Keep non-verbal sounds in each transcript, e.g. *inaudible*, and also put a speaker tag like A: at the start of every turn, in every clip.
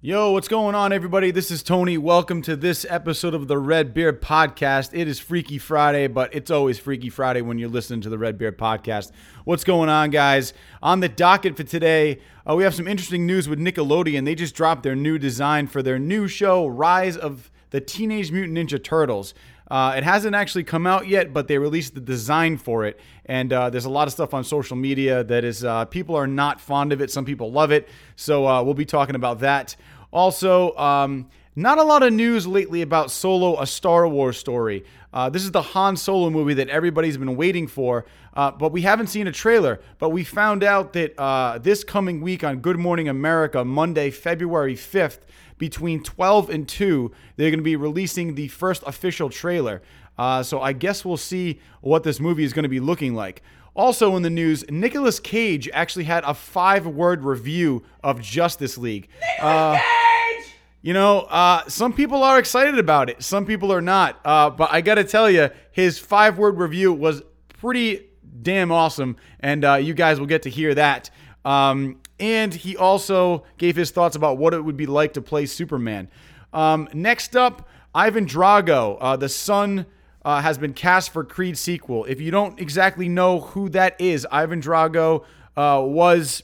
A: Yo, what's going on, everybody? This is Tony. Welcome to this episode of the Red Beard Podcast. It is Freaky Friday, but it's always Freaky Friday when you're listening to the Red Beard Podcast. What's going on, guys? On the docket for today, uh, we have some interesting news with Nickelodeon. They just dropped their new design for their new show, Rise of the Teenage Mutant Ninja Turtles. Uh, it hasn't actually come out yet, but they released the design for it. And uh, there's a lot of stuff on social media that is, uh, people are not fond of it. Some people love it. So uh, we'll be talking about that. Also, um, not a lot of news lately about Solo, a Star Wars story. Uh, this is the Han Solo movie that everybody's been waiting for, uh, but we haven't seen a trailer. But we found out that uh, this coming week on Good Morning America, Monday, February 5th, between 12 and 2, they're going to be releasing the first official trailer. Uh, so I guess we'll see what this movie is going to be looking like. Also in the news, Nicolas Cage actually had a five word review of Justice League. Uh, you know, uh, some people are excited about it, some people are not. Uh, but I got to tell you, his five word review was pretty damn awesome, and uh, you guys will get to hear that. Um, and he also gave his thoughts about what it would be like to play Superman. Um, next up, Ivan Drago, uh, the son uh, has been cast for Creed sequel. If you don't exactly know who that is, Ivan Drago uh, was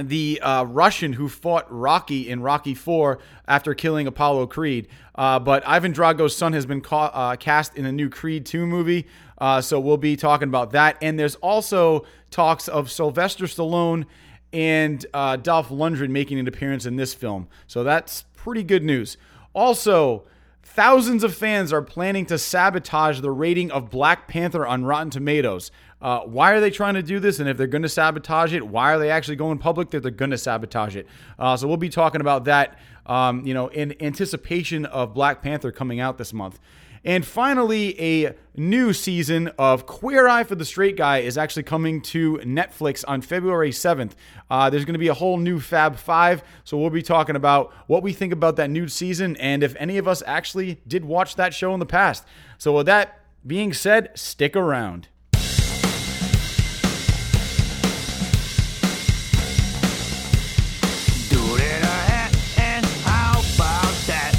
A: the uh, Russian who fought Rocky in Rocky Four after killing Apollo Creed. Uh, but Ivan Drago's son has been ca- uh, cast in the new Creed Two movie, uh, so we'll be talking about that. And there's also talks of Sylvester Stallone and uh, Dolph Lundgren making an appearance in this film. So that's pretty good news. Also, Thousands of fans are planning to sabotage the rating of Black Panther on Rotten Tomatoes. Uh, why are they trying to do this? And if they're going to sabotage it, why are they actually going public that they're going to sabotage it? Uh, so we'll be talking about that, um, you know, in anticipation of Black Panther coming out this month. And finally, a new season of Queer Eye for the Straight Guy is actually coming to Netflix on February 7th. Uh, there's going to be a whole new Fab Five, so we'll be talking about what we think about that new season and if any of us actually did watch that show in the past. So, with that being said, stick around.
B: Do it in her hair, and how about that?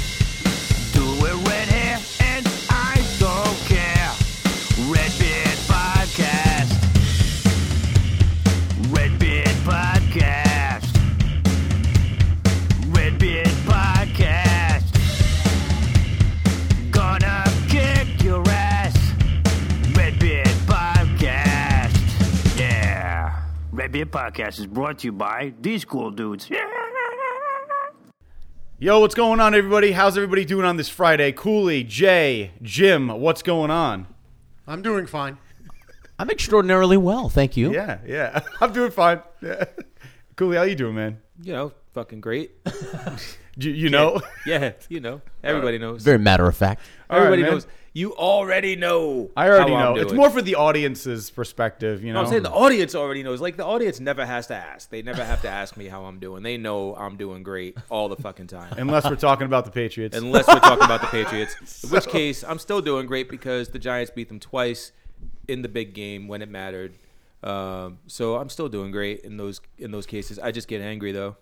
B: Do it red hair, and I don't care. Red Beard Podcast. Red Beard Podcast. Red Beard Podcast. Gonna kick your ass. Red Beard Podcast. Yeah. Red Beard Podcast is brought to you by these cool dudes. *laughs*
A: Yo, what's going on, everybody? How's everybody doing on this Friday? Cooley, Jay, Jim, what's going on?
C: I'm doing fine.
D: I'm extraordinarily well, thank you.
A: Yeah, yeah, *laughs* I'm doing fine. Yeah. Cooley, how you doing, man?
E: you know, fucking great. *laughs*
A: You, you know?
E: yeah, you know, everybody knows.
D: Very matter of fact.
E: everybody
A: man.
E: knows. You already know.
A: I already
E: how I'm
A: know.
E: doing.
A: It's more Oh. for the audience's perspective, you know.
E: No, I'm saying the audience already knows. Like the audience never has to ask. They never have to ask me how I'm doing. They know I'm doing great all the fucking time.
A: Unless we're talking about the Patriots.
E: *laughs* Unless we're talking about the
A: *laughs*
E: Patriots, in which case I'm still doing great because the Giants beat them twice in the big game when it mattered. Um, so I'm still doing great in those in those cases. I just get angry though.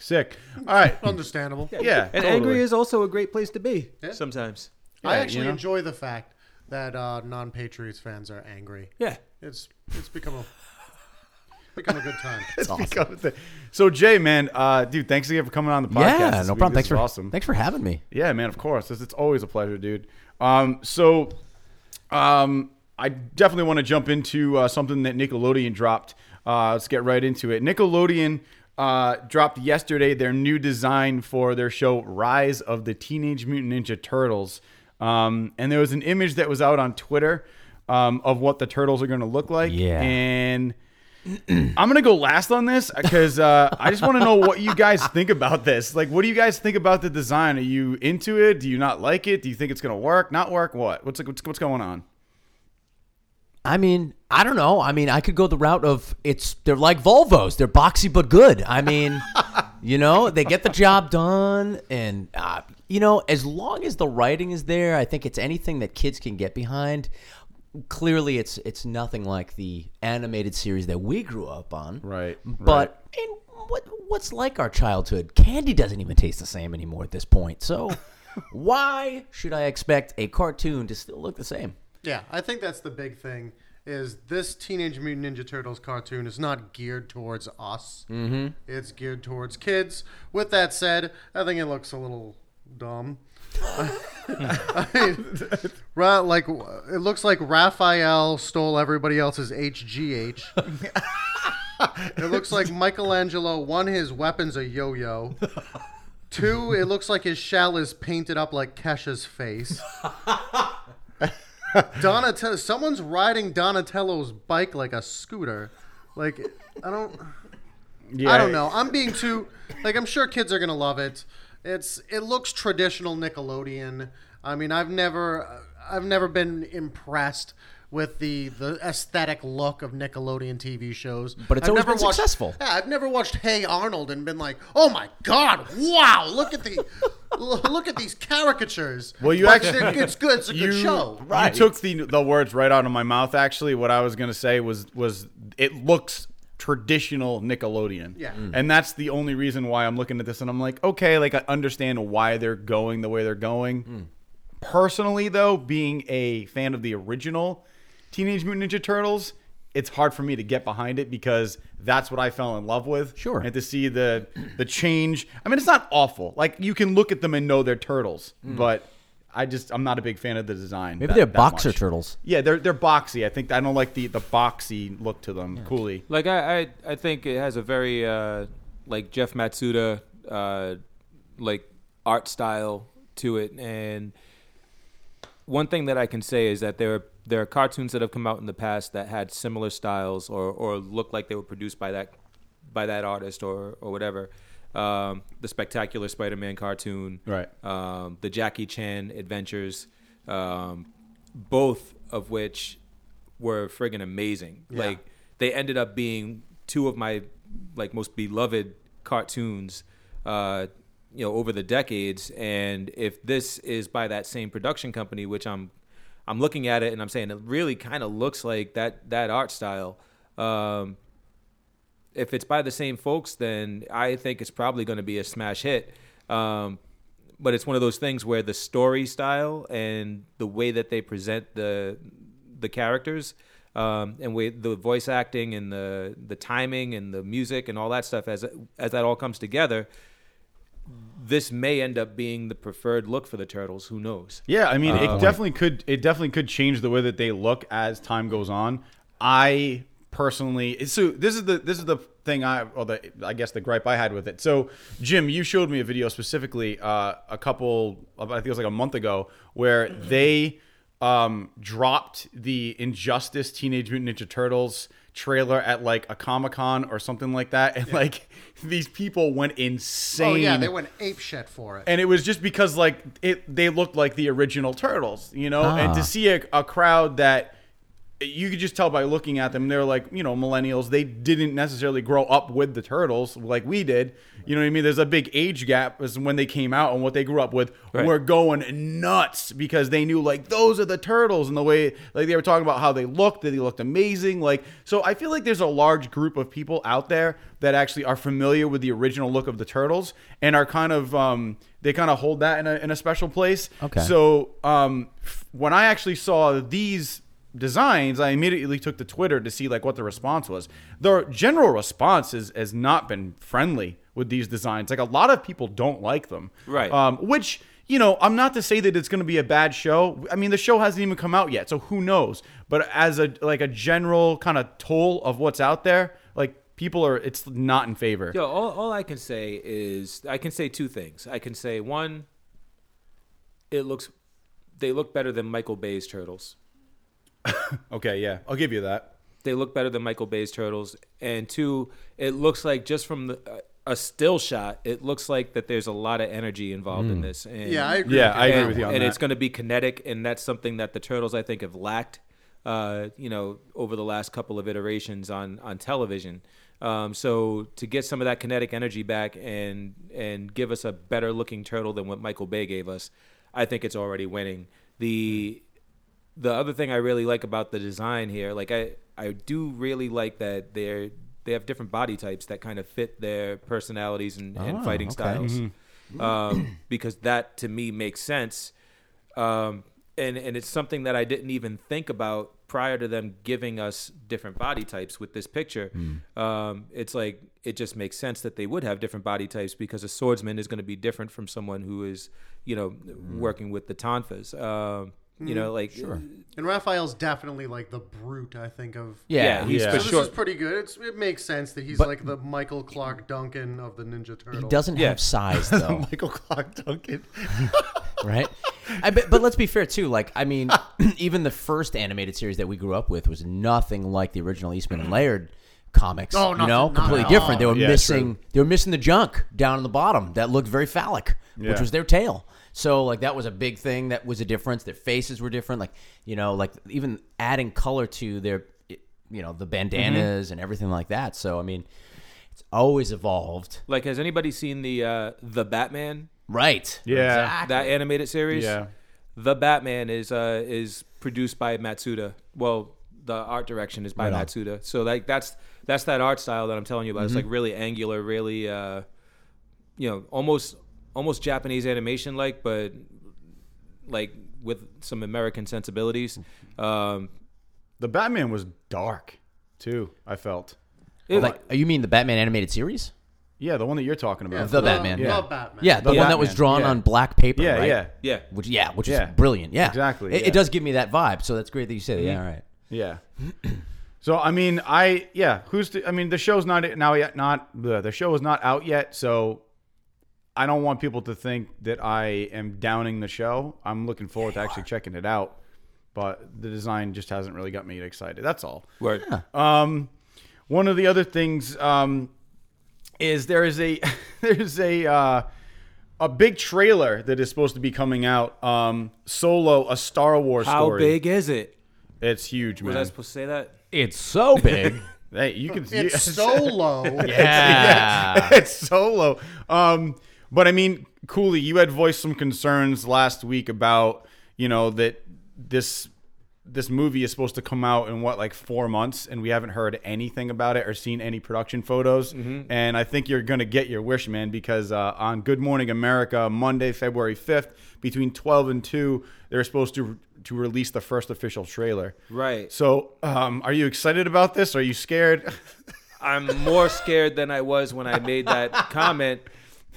A: Sick. All right.
E: *laughs*
C: Understandable.
A: Yeah.
E: And
A: totally. *laughs*
E: angry is also a great place to be
C: Yeah.
E: sometimes.
C: I
A: Yeah,
C: actually
A: you know.
C: enjoy the fact that uh, non-Patriots fans are angry.
E: Yeah.
C: It's it's become a become a good
A: *laughs*
C: time.
A: Become a thing. So Jay, man, uh, dude, thanks again for coming on the podcast.
D: yeah,
A: this
D: no
A: week.
D: problem.
A: This
D: Thanks
A: is
D: for
A: awesome.
D: thanks for having me.
A: Yeah, man, of course. It's, it's always a pleasure, dude. Um, so, um, I definitely want to jump into uh, something that Nickelodeon dropped. Uh, let's get right into it. Nickelodeon uh, dropped yesterday their new design for their show Rise of the Teenage Mutant Ninja Turtles. Um, and there was an image that was out on Twitter um, of what the turtles are going to look like.
D: Yeah.
A: And I'm gonna go last on this because uh, I just want to know what you guys think about this. Like, what do you guys think about the design? Are you into it? Do you not like it? Do you think it's gonna work? Not work? What? What's what's, what's going on?
D: I mean, I don't know. I mean, I could go the route of it's they're like Volvos. They're boxy but good.
A: *laughs*
D: I mean, you know, they get the job done and uh, you know, as long as the writing is there, I think it's anything that kids can get behind. Clearly it's it's nothing like the animated series that we grew up on.
A: Right,
D: But in what what's like our childhood? Candy doesn't even taste the same anymore at this
A: *laughs*
D: point. So why should I expect a cartoon to still look the same?
C: Yeah, I think that's the big thing. Is this Teenage Mutant Ninja Turtles cartoon is not geared towards us? Mm-hmm. It's geared towards kids. With that said, I think it looks a little dumb. *laughs* I mean, Ra- like it looks like Raphael stole everybody else's HGH. it looks like Michelangelo won his weapons a yo-yo. Two, it looks like his shell is painted up like Kesha's face. Donatello. Someone's riding Donatello's bike like a scooter. Like, I don't.
A: Yeah,
C: I don't know. I'm being too. Like, I'm sure kids are gonna love it. It's. It looks traditional Nickelodeon. I mean, I've never. I've never been impressed with the the aesthetic look of Nickelodeon TV shows.
D: But it's
C: I've
D: always
C: never
D: been
C: watched-
D: successful.
C: Yeah, I've never watched Hey Arnold and been like, oh my god, wow, look at the. *laughs* Look at these caricatures.
A: Well, you
C: Like,
A: actually-
C: it's good. It's
A: *laughs*
C: a
A: You,
C: good show.
A: you took the the words right out of my mouth. Actually, what I was gonna say was was it looks traditional Nickelodeon.
C: Yeah. Mm.
A: and that's the only reason why I'm looking at this and I'm like, okay, like I understand why they're going the way they're going. Personally, though, being a fan of the original Teenage Mutant Ninja Turtles. It's hard for me to get behind it because that's what I fell in love with.
D: Sure.
A: And to see the the change. I mean, it's not awful. Like you can look at them and know they're turtles, but I just I'm not a big fan of the design.
D: Hmm. Maybe
A: that-
D: they're
A: that
D: boxer
A: much.
D: turtles.
A: Yeah, they're they're boxy. I think I don't like the the boxy look to them. Coolly.
E: Like I, I, I think it has a very uh, like Jeff Matsuda uh, like art style to it, and one thing that I can say is that there are there are cartoons that have come out in the past that had similar styles or or looked like they were produced by that by that artist or or whatever. Um, the spectacular Spider-Man cartoon,
A: Right.
E: um, the Jackie Chan adventures, um, both of which were friggin' amazing. Like they ended up being two of my like most beloved cartoons, uh, you know, over the decades. And if this is by that same production company, which I'm, I'm looking at it and I'm saying it really kind of looks like that that art style. Um, if it's by the same folks, then I think it's probably going to be a smash hit. Um, but it's one of those things where the story style and the way that they present the the characters um, and way, the voice acting and the the timing and the music and all that stuff as as that all comes together, this may end up being the preferred look for the turtles. Who knows?
A: Yeah, I mean,
C: Uh,
A: it definitely could. It definitely could change the way that they look as time goes on. I personally, so this is the this is the thing I, or the I guess the gripe I had with it. So, Jim, you showed me a video specifically uh, a couple, of, I think it was like a month ago, where they um, dropped the Injustice Teenage Mutant Ninja Turtles trailer at like a Comic Con or something like that, and like these people went insane
C: Oh yeah, they went ape shit for it.
A: and it was just because like it they looked like the original turtles you know and to see a, a crowd that you could just tell by looking at them they're like you know millennials they didn't necessarily grow up with the turtles like we did you know what i mean there's a big age gap as when they came out and what they grew up with
E: Right.
A: were going nuts because they knew like those are the turtles and the way like they were talking about how they looked that they looked amazing like so i feel like there's a large group of people out there that actually are familiar with the original look of the turtles and are kind of um they kind of hold that in a, in a special place
D: Okay.
A: so um f- when i actually saw these designs i immediately took to twitter to see like what the response was the general response is, has not been friendly with these designs like a lot of people don't like them
E: Right.
A: um, which you know i'm not to say that it's going to be a bad show i mean the show hasn't even come out yet so who knows but as a like a general kind of toll of what's out there like people are it's not in favor
E: Yo, all, all I can say is I can say two things. I can say one, it looks they look better than Michael Bay's turtles.
A: okay yeah i'll give you that
E: They look better than Michael Bay's turtles. And two, it looks like just from the, a still shot, it looks like that there's a lot of energy involved in this. And
C: yeah, I agree.
A: yeah
C: with you.
A: i agree
E: and,
A: with you on
E: and
A: that
E: it's going to be kinetic, and that's something that the Turtles, I think, have lacked, uh, you know, over the last couple of iterations on on television. Um, so to get some of that kinetic energy back and and give us a better looking turtle than what Michael Bay gave us, I think it's already winning. The the other thing I really like about the design here, like I I do really like that they're they have different body types that kind of fit their personalities and,
D: Oh,
A: Ah,
E: and fighting
D: okay.
A: Mm-hmm.
E: styles. Um, because that to me makes sense. Um, and and it's something that I didn't even think about prior to them giving us different body types with this picture. Um, it's like it just makes sense that they would have different body types because a swordsman is going to be different from someone who is, you know, working with the tonfas. Um,
C: Mm.
E: you know, like
C: And Raphael's definitely like the brute, I think, of.
D: Yeah.
E: yeah, he's
A: Yeah.
C: So
E: for
C: this
E: sure.
C: is pretty good. It's, it makes sense that he's like the Michael Clark Duncan of the Ninja Turtle.
D: He doesn't
E: Yeah.
D: have size though,
A: Michael Clark Duncan.
D: *laughs* right? I bet, but let's be fair too. Like, I mean, *clears throat* even the first animated series that we grew up with was nothing like the original Eastman and Laird comics.
C: Oh,
D: you
C: nothing-
D: know,
C: not
D: completely
C: at
D: different. They were
A: Yeah,
D: missing. They were missing the junk down in the bottom that looked very phallic, which
A: Yeah.
D: was their tail. So like that was a big thing. That was a difference. Their faces were different. Like you know, like even adding color to their, you know, the bandanas and everything like that. So I mean, it's always evolved,
E: Like, has anybody seen the uh, the Batman
D: right?
A: Yeah.
E: that animated series?
A: Yeah.
E: The Batman is uh, is produced by Matsuda. Well, the art direction is by Matsuda. So like that's that's that art style that I'm telling you about. It's
A: Mm-hmm.
E: like really angular, really uh, you know, almost almost Japanese animation like, but like with some American sensibilities. Um,
A: The Batman was dark too. I felt.
E: it-
D: Like oh, you mean the Batman animated series?
A: Yeah, the one that you're talking
C: Yeah,
A: about.
D: The Batman.
C: The
A: Yeah.
C: Batman.
D: Yeah, the
A: The
D: one that was
A: Batman,
D: drawn
A: yeah.
D: on black paper.
A: yeah,
D: right?
A: yeah,
E: yeah.
D: Which yeah, which
A: Yeah.
D: is brilliant. Yeah,
A: Exactly,
D: It,
A: yeah.
D: it does give me that vibe, so that's great that you said it. Yeah, all right.
A: yeah. So I mean, I yeah. Who's to, I mean, the show's not now yet. Not bleh, the show is not out yet. So I don't want people to think that I am downing the show. I'm looking forward to actually checking it out. But the design just hasn't really got me excited. That's all.
E: Word.
A: Um, one of the other things um, is there is a *laughs* there's a uh, a big trailer that is supposed to be coming out. Um, Solo, a Star Wars
E: How
A: story.
E: big is it?
A: It's huge,
E: Was I
A: man.
E: supposed to say that?
A: *laughs*
D: It's so big.
A: Hey, you can. *laughs* you-
C: It's so low.
D: yeah.
A: *laughs* it's solo. Um, but I mean, Cooley, you had voiced some concerns last week about you know that this this movie is supposed to come out in what like four months, and we haven't heard anything about it or seen any production photos. And I think you're gonna get your wish, man, because uh, on Good Morning America Monday, February fifth, between twelve and two, they're supposed to to release the first official trailer.
E: Right.
A: So, um, are you excited about this? Are you scared?
E: I'm more scared than I was when I made that comment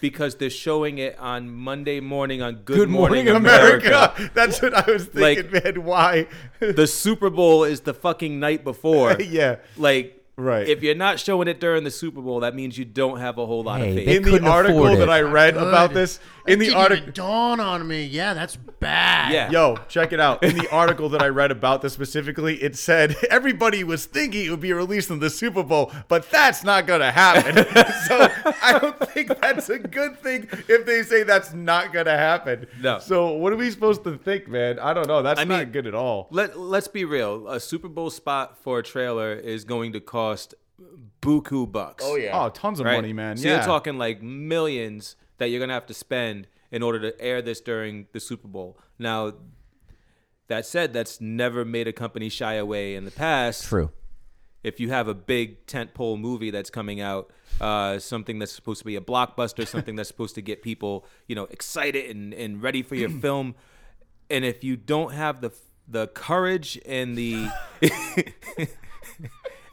E: because they're showing it on Monday morning on Good, Morning, America.
A: That's what I was thinking,
E: Like-
A: man. Why?
E: The Super Bowl is the fucking night before.
A: yeah.
E: Like
A: Right.
E: if you're not showing it during the Super Bowl, that means you don't have a whole lot
D: Hey,
E: of faith.
D: they
A: In the
D: couldn't afford
A: article
D: it.
A: that I read about
C: Good.
A: this,
C: It
A: in the
C: didn't
A: article,
C: even dawn on me. Yeah, that's
A: *laughs*
C: bad.
E: yeah.
A: Yo, check it out. In the article that I read about this specifically, it said everybody was thinking it would be released in the Super Bowl, but that's not going to happen. *laughs* so I don't think that's a good thing if they say that's not going to happen.
E: No.
A: So what are we supposed to think, man? I don't know. That's
E: I
A: not
E: mean-
A: good at all.
E: Let let's be real. A Super Bowl spot for a trailer is going to cost buku bucks. Oh
A: Oh, tons of money, man.
E: So
A: yeah.
E: you're talking like millions that you're gonna have to spend in order to air this during the Super Bowl. Now, that said, that's never made a company shy away in the past.
D: True.
E: If you have a big tentpole movie that's coming out, uh, something that's supposed to be a blockbuster, something that's supposed to get people, you know, excited and, and ready for your film, and if you don't have the the courage and the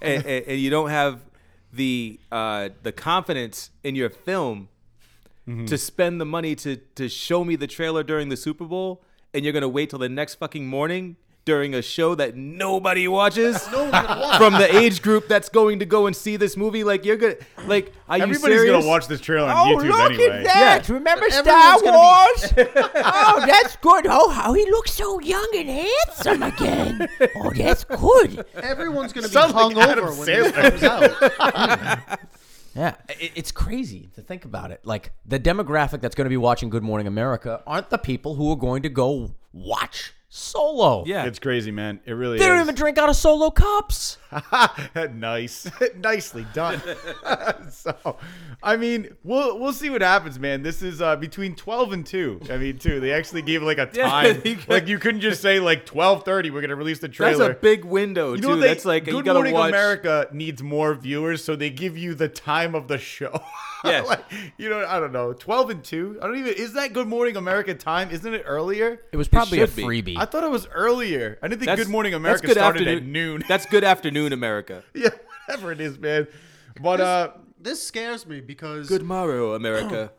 E: and, and, and you don't have the uh, the confidence in your film
A: Mm-hmm.
E: to spend the money to to show me the trailer during the Super Bowl, and you're gonna wait till the next fucking morning during a show that nobody watches from the age group that's going to go and see this movie. Like you're gonna like are you
A: Everybody's
E: serious?
A: going to watch this trailer
C: Oh,
D: Oh,
A: on YouTube anyway.
E: that.
D: Remember
C: Everyone's gonna
D: Wars?
A: *laughs*
D: oh, that's good. Oh, how he looks so young and
A: *laughs*
D: handsome again. Oh, that's good.
C: Everyone's going to be
A: Sounds like
C: hung
A: Adam
C: over when this
A: Sandler.
C: comes out.
D: Yeah, it, it's crazy to think about it. Like the demographic that's going to be watching Good Morning America aren't the people who are going to go watch Solo.
A: *laughs*
E: Yeah.
A: It's crazy, man. It really
D: They don't
A: is.
D: even drink out of solo cups.
A: *laughs* nice, nicely done. *laughs* so, I mean, we'll we'll see what happens, man. This is uh, between twelve and two. I mean, two. They actually gave like a
E: *laughs* Yeah,
A: time.
E: they could-
A: like you couldn't just say like twelve thirty. We're gonna release the
E: That's
A: trailer.
E: a big window
A: You
E: too.
A: know they,
E: That's like
A: Good
E: you gotta
A: Morning
E: watch.
A: America needs more viewers, so they give you the time of the show. *laughs*
E: Yes.
A: Like, you know, I don't know, twelve and two. I don't even. Is that Good Morning America time? Isn't it earlier?
D: It was probably a
E: should be.
D: freebie.
A: I thought it was earlier. I didn't think
E: That's-
A: Good Morning
E: that's
A: America
E: good
A: started at
E: afternoon- *laughs*
A: noon.
E: That's good afternoon, America.
A: *laughs* yeah, whatever it is, man. But uh,
C: *laughs* This scares me because
E: Good morrow,
A: *clears throat*
E: America.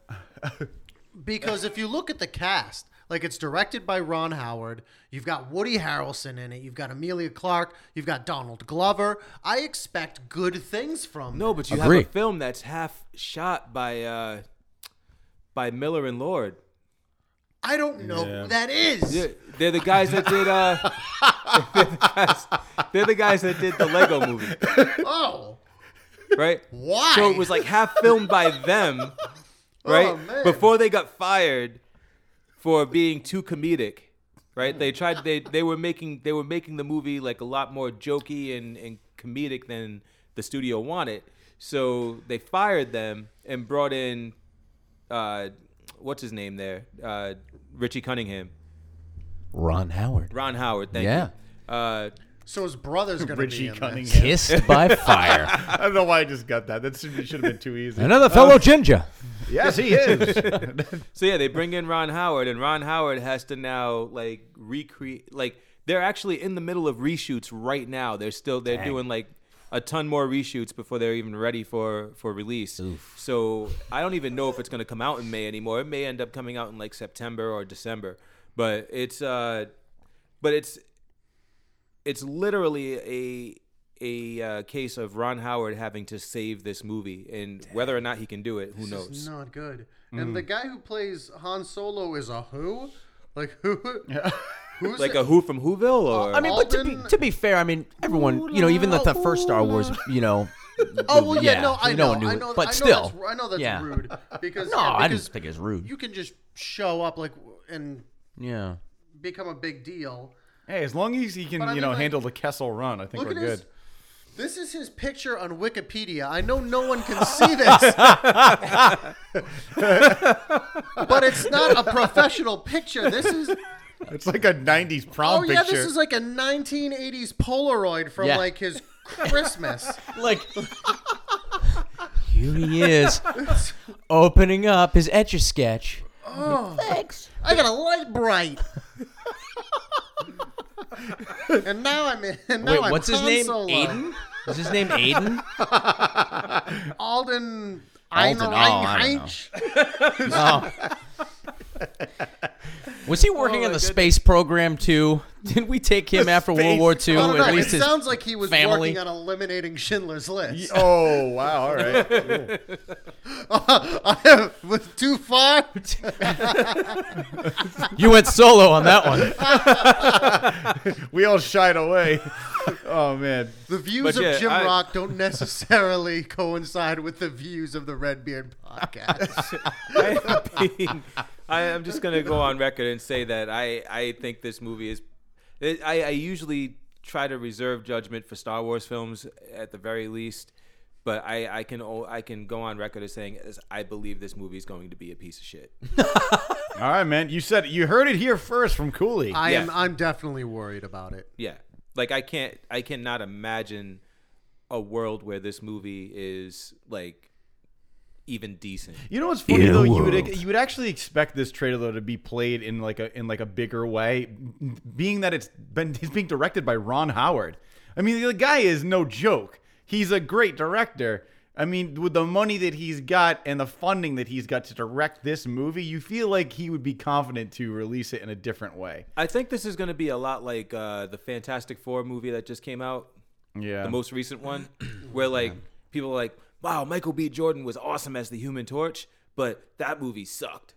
C: because if you look at the cast, like it's directed by Ron Howard. You've got Woody Harrelson in it. You've got Amelia Clark. You've got Donald Glover. I expect good things from
E: No, but you
D: Agree.
E: have a film that's half shot by uh, by Miller and Lord.
C: I don't know who that is.
E: They're, they're the guys that did. Uh, *laughs* they're, the guys, they're the guys that did the Lego movie,
C: Oh,
E: right?
C: why?
E: So it was like half filmed by them,
C: *laughs*
E: right?
C: Oh, man.
E: Before they got fired for being too comedic, right? They tried they they were making they were making the movie like a lot more jokey and and comedic than the studio wanted. So they fired them and brought in uh what's his name there? Uh Richie Cunningham.
D: Ron Howard.
E: Ron Howard, thank
D: Yeah.
E: you. Uh
C: so his brother's gonna
A: Richie
C: be in this.
A: Cunningham.
D: Kissed *laughs* by fire. Um,
A: I don't know why I just got that. That should, should have been too easy.
D: Another fellow ginger.
A: yes, he is.
E: So yeah, they bring in Ron Howard, and Ron Howard has to now like recreate. Like they're actually in the middle of reshoots right now. They're still they're doing like a ton more reshoots before they're even ready for for release. So I don't even know if it's gonna come out in May anymore. It may end up coming out in like September or December. But it's uh, but it's it's literally a a uh, case of Ron Howard having to save this movie, and whether or not he can do it, who
C: This is
E: knows?
C: not good. And the guy who plays Han Solo is a who? Like who?
E: *laughs*
C: Who's
E: Like
C: it?
E: a who from Whoville, or
D: I mean, but to be
C: Alden-
D: to be fair, I mean, everyone, you know, even that the first Star Wars, you know. *laughs*
C: Oh well, yeah, no,
D: we
C: I
D: no
C: know,
D: one knew
C: I
D: it,
C: know,
D: but
C: I know
D: still,
C: that's, I know that's
D: yeah. *laughs*
C: rude because
D: No,
C: yeah,
D: I didn't
C: because
D: think it was rude.
C: You can just show up like and
D: yeah.
C: become a big deal.
A: hey, as long as he can,
C: But I
A: you
C: mean,
A: know,
C: like,
A: handle the Kessel Run, I think
C: Look
A: we're
C: at
A: good.
C: his. This is his picture on Wikipedia. I know no one can see
D: *laughs*
C: this, but it's not a professional picture. This
D: *laughs*
C: is
A: *laughs* It's like a '90s prom
C: oh yeah,
A: picture.
C: this is like a 1980s Polaroid from
D: Yeah.
C: like his Christmas.
D: Like *laughs* here he is, opening up his etch a sketch.
C: I got a light bright. and now I'm in. And now
D: Wait,
C: I'm uh,
D: what's his
C: Han
D: name?
C: Solo.
D: Aiden? Is his name Aiden?
C: Alden.
D: Alden, oh, I don't know. *laughs* Was he working on the space program too? Did we take him after World
A: space-
D: War II?
C: I don't know.
D: At least
C: Oh, it
D: his
C: sounds like he was
D: family.
C: working on eliminating Schindler's *laughs* List.
A: oh wow! All *laughs* right.
C: was too far.
D: You went solo on that one.
A: We all shied away. *laughs* Oh man.
C: The views
E: But
C: of
E: yeah,
C: Jim
E: I-
C: Rock don't necessarily *laughs* coincide with the views of the Redbeard
E: *laughs*
C: podcast.
E: I, mean, I- I'm just gonna go on record and say that I, I think this movie is. It, I, I usually try to reserve judgment for Star Wars films at the very least, but I, I can o- I can go on record as saying as I believe this movie is going to be a piece of shit.
A: All right, man. You said you heard it here first from Cooley.
C: I am.
E: Yeah.
C: I'm definitely worried about it.
E: yeah, like I can't I cannot imagine a world where this movie is like even decent.
A: You know what's funny though? You would you would actually expect this trailer to be played in like a in like a bigger way, being that it's been it's being directed by Ron Howard. I mean, the guy is no joke. He's a great director. I mean, with the money that he's got and the funding that he's got to direct this movie, you feel like he would be confident to release it in a different way.
E: I think this is going to be a lot like uh, the Fantastic Four movie that just came out.
A: Yeah.
E: the most
D: *clears throat*
E: recent one, where like people are like, "Wow, Michael B. Jordan was awesome as the Human Torch, but that
D: *laughs*
E: movie sucked."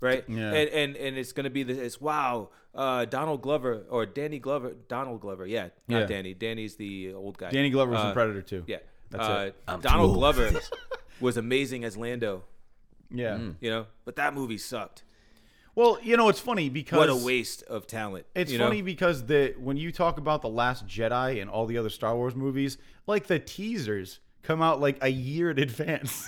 E: right?
A: Yeah.
E: And and and it's gonna be this. It's wow, uh, Donald Glover or Danny Glover, Donald Glover. Yeah, not
A: Yeah.
E: Danny. Danny's the old guy.
A: Danny Glover was
E: uh,
A: in Predator too.
E: Yeah,
A: That's
E: uh,
A: it.
E: Donald
D: old
E: Glover
D: *laughs*
E: was amazing as Lando.
A: Yeah.
E: Mm. You know, but that movie sucked.
A: Well, you know, it's funny because
E: What a waste of talent.
A: It's
E: you know?
A: funny because the when you talk about the Last Jedi and all the other Star Wars movies, like the teasers come out like a year in *laughs* advance,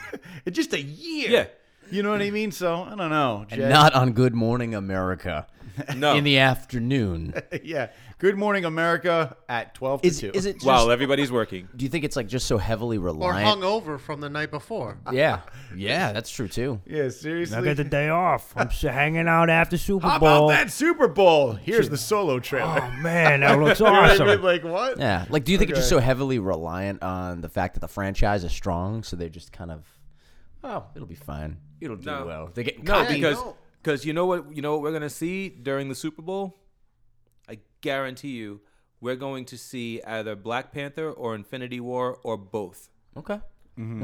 A: just a year.
E: Yeah.
A: you know what I mean. So I don't know. Jed.
D: Not on Good Morning America
E: No.
D: in the afternoon.
A: *laughs* yeah. Good Morning America at twelve
D: Is,
A: to two.
D: is it just,
E: While everybody's working.
D: do you think it's like just so heavily
C: Or
D: reliant?
C: hung over from the night before.
D: Yeah, yeah, that's true too.
A: *laughs* Yeah, seriously.
F: I got the day off. I'm s- hanging out after Super
A: How about
F: Bowl.
A: that Super Bowl? Here's the solo trailer.
F: Oh man, that
A: *laughs*
F: looks
A: You know
E: Oh,
A: what I
F: awesome.
A: mean? Like what?
D: Yeah, like do you think it's just
A: Okay.
D: so heavily reliant on the fact that the franchise is strong, so they're just kind of, oh, it'll be fine, it'll do
E: No.
D: well. They get
E: No,
C: Yeah, you
E: because
C: know.
E: because you know what you know what we're gonna see during the Super Bowl. I guarantee you, we're going to see either Black Panther or Infinity War or both.
D: okay,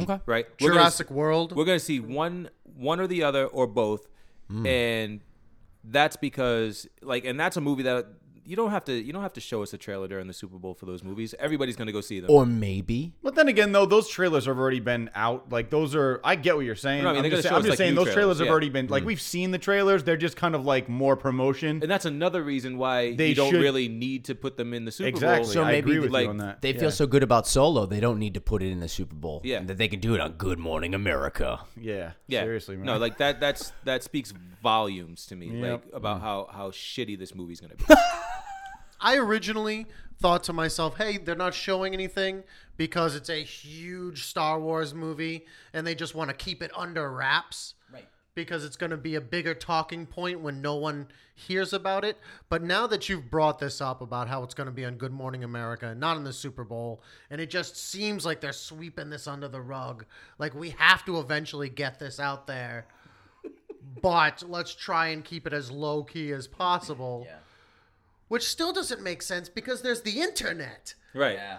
D: okay.
E: Right? We're gonna
C: Jurassic World.
E: We're gonna see one one or the other or both, and that's because like and that's a movie that you don't have to you don't have to show us a trailer during the Super Bowl for those movies. Everybody's gonna go see them.
D: Or maybe
A: But then again, though, those trailers have already been out. Like those are, I get what you're saying.
E: No, I mean,
A: I'm
E: they're
A: just, saying,
E: gonna show
A: I'm
E: us,
A: just
E: like,
A: saying
E: new
A: those trailers
E: trailers,
A: have
E: yeah. Mm.
A: already been. Like we've seen the trailers. They're just kind of like more promotion.
E: and that's another reason why
A: They
E: you don't
A: should-
E: really need to put them in the Super
A: Exactly.
E: Bowl.
A: So I
D: maybe
A: agree with
E: like,
A: you on that.
D: they
A: Yeah.
D: feel so good about Solo, they don't need to put it in the Super Bowl.
E: Yeah.
D: and that they can do it on Good Morning America.
A: Yeah.
E: Yeah.
A: Seriously, man.
E: No, like that that's that speaks volumes to me,
A: Yep.
E: like about how how shitty this movie's
D: *laughs*
E: gonna be.
C: I originally thought to myself, hey, they're not showing anything because it's a huge Star Wars movie and they just want to keep it under wraps. Right. Because it's going to be a bigger talking point when no one hears about it. But now that you've brought this up about how it's going to be on Good Morning America and not in the Super Bowl, and it just seems like they're sweeping this under the rug. Like, we have to eventually get this out there. But let's try and keep it as low key as possible which still doesn't make sense because there's the internet.
E: right. Yeah.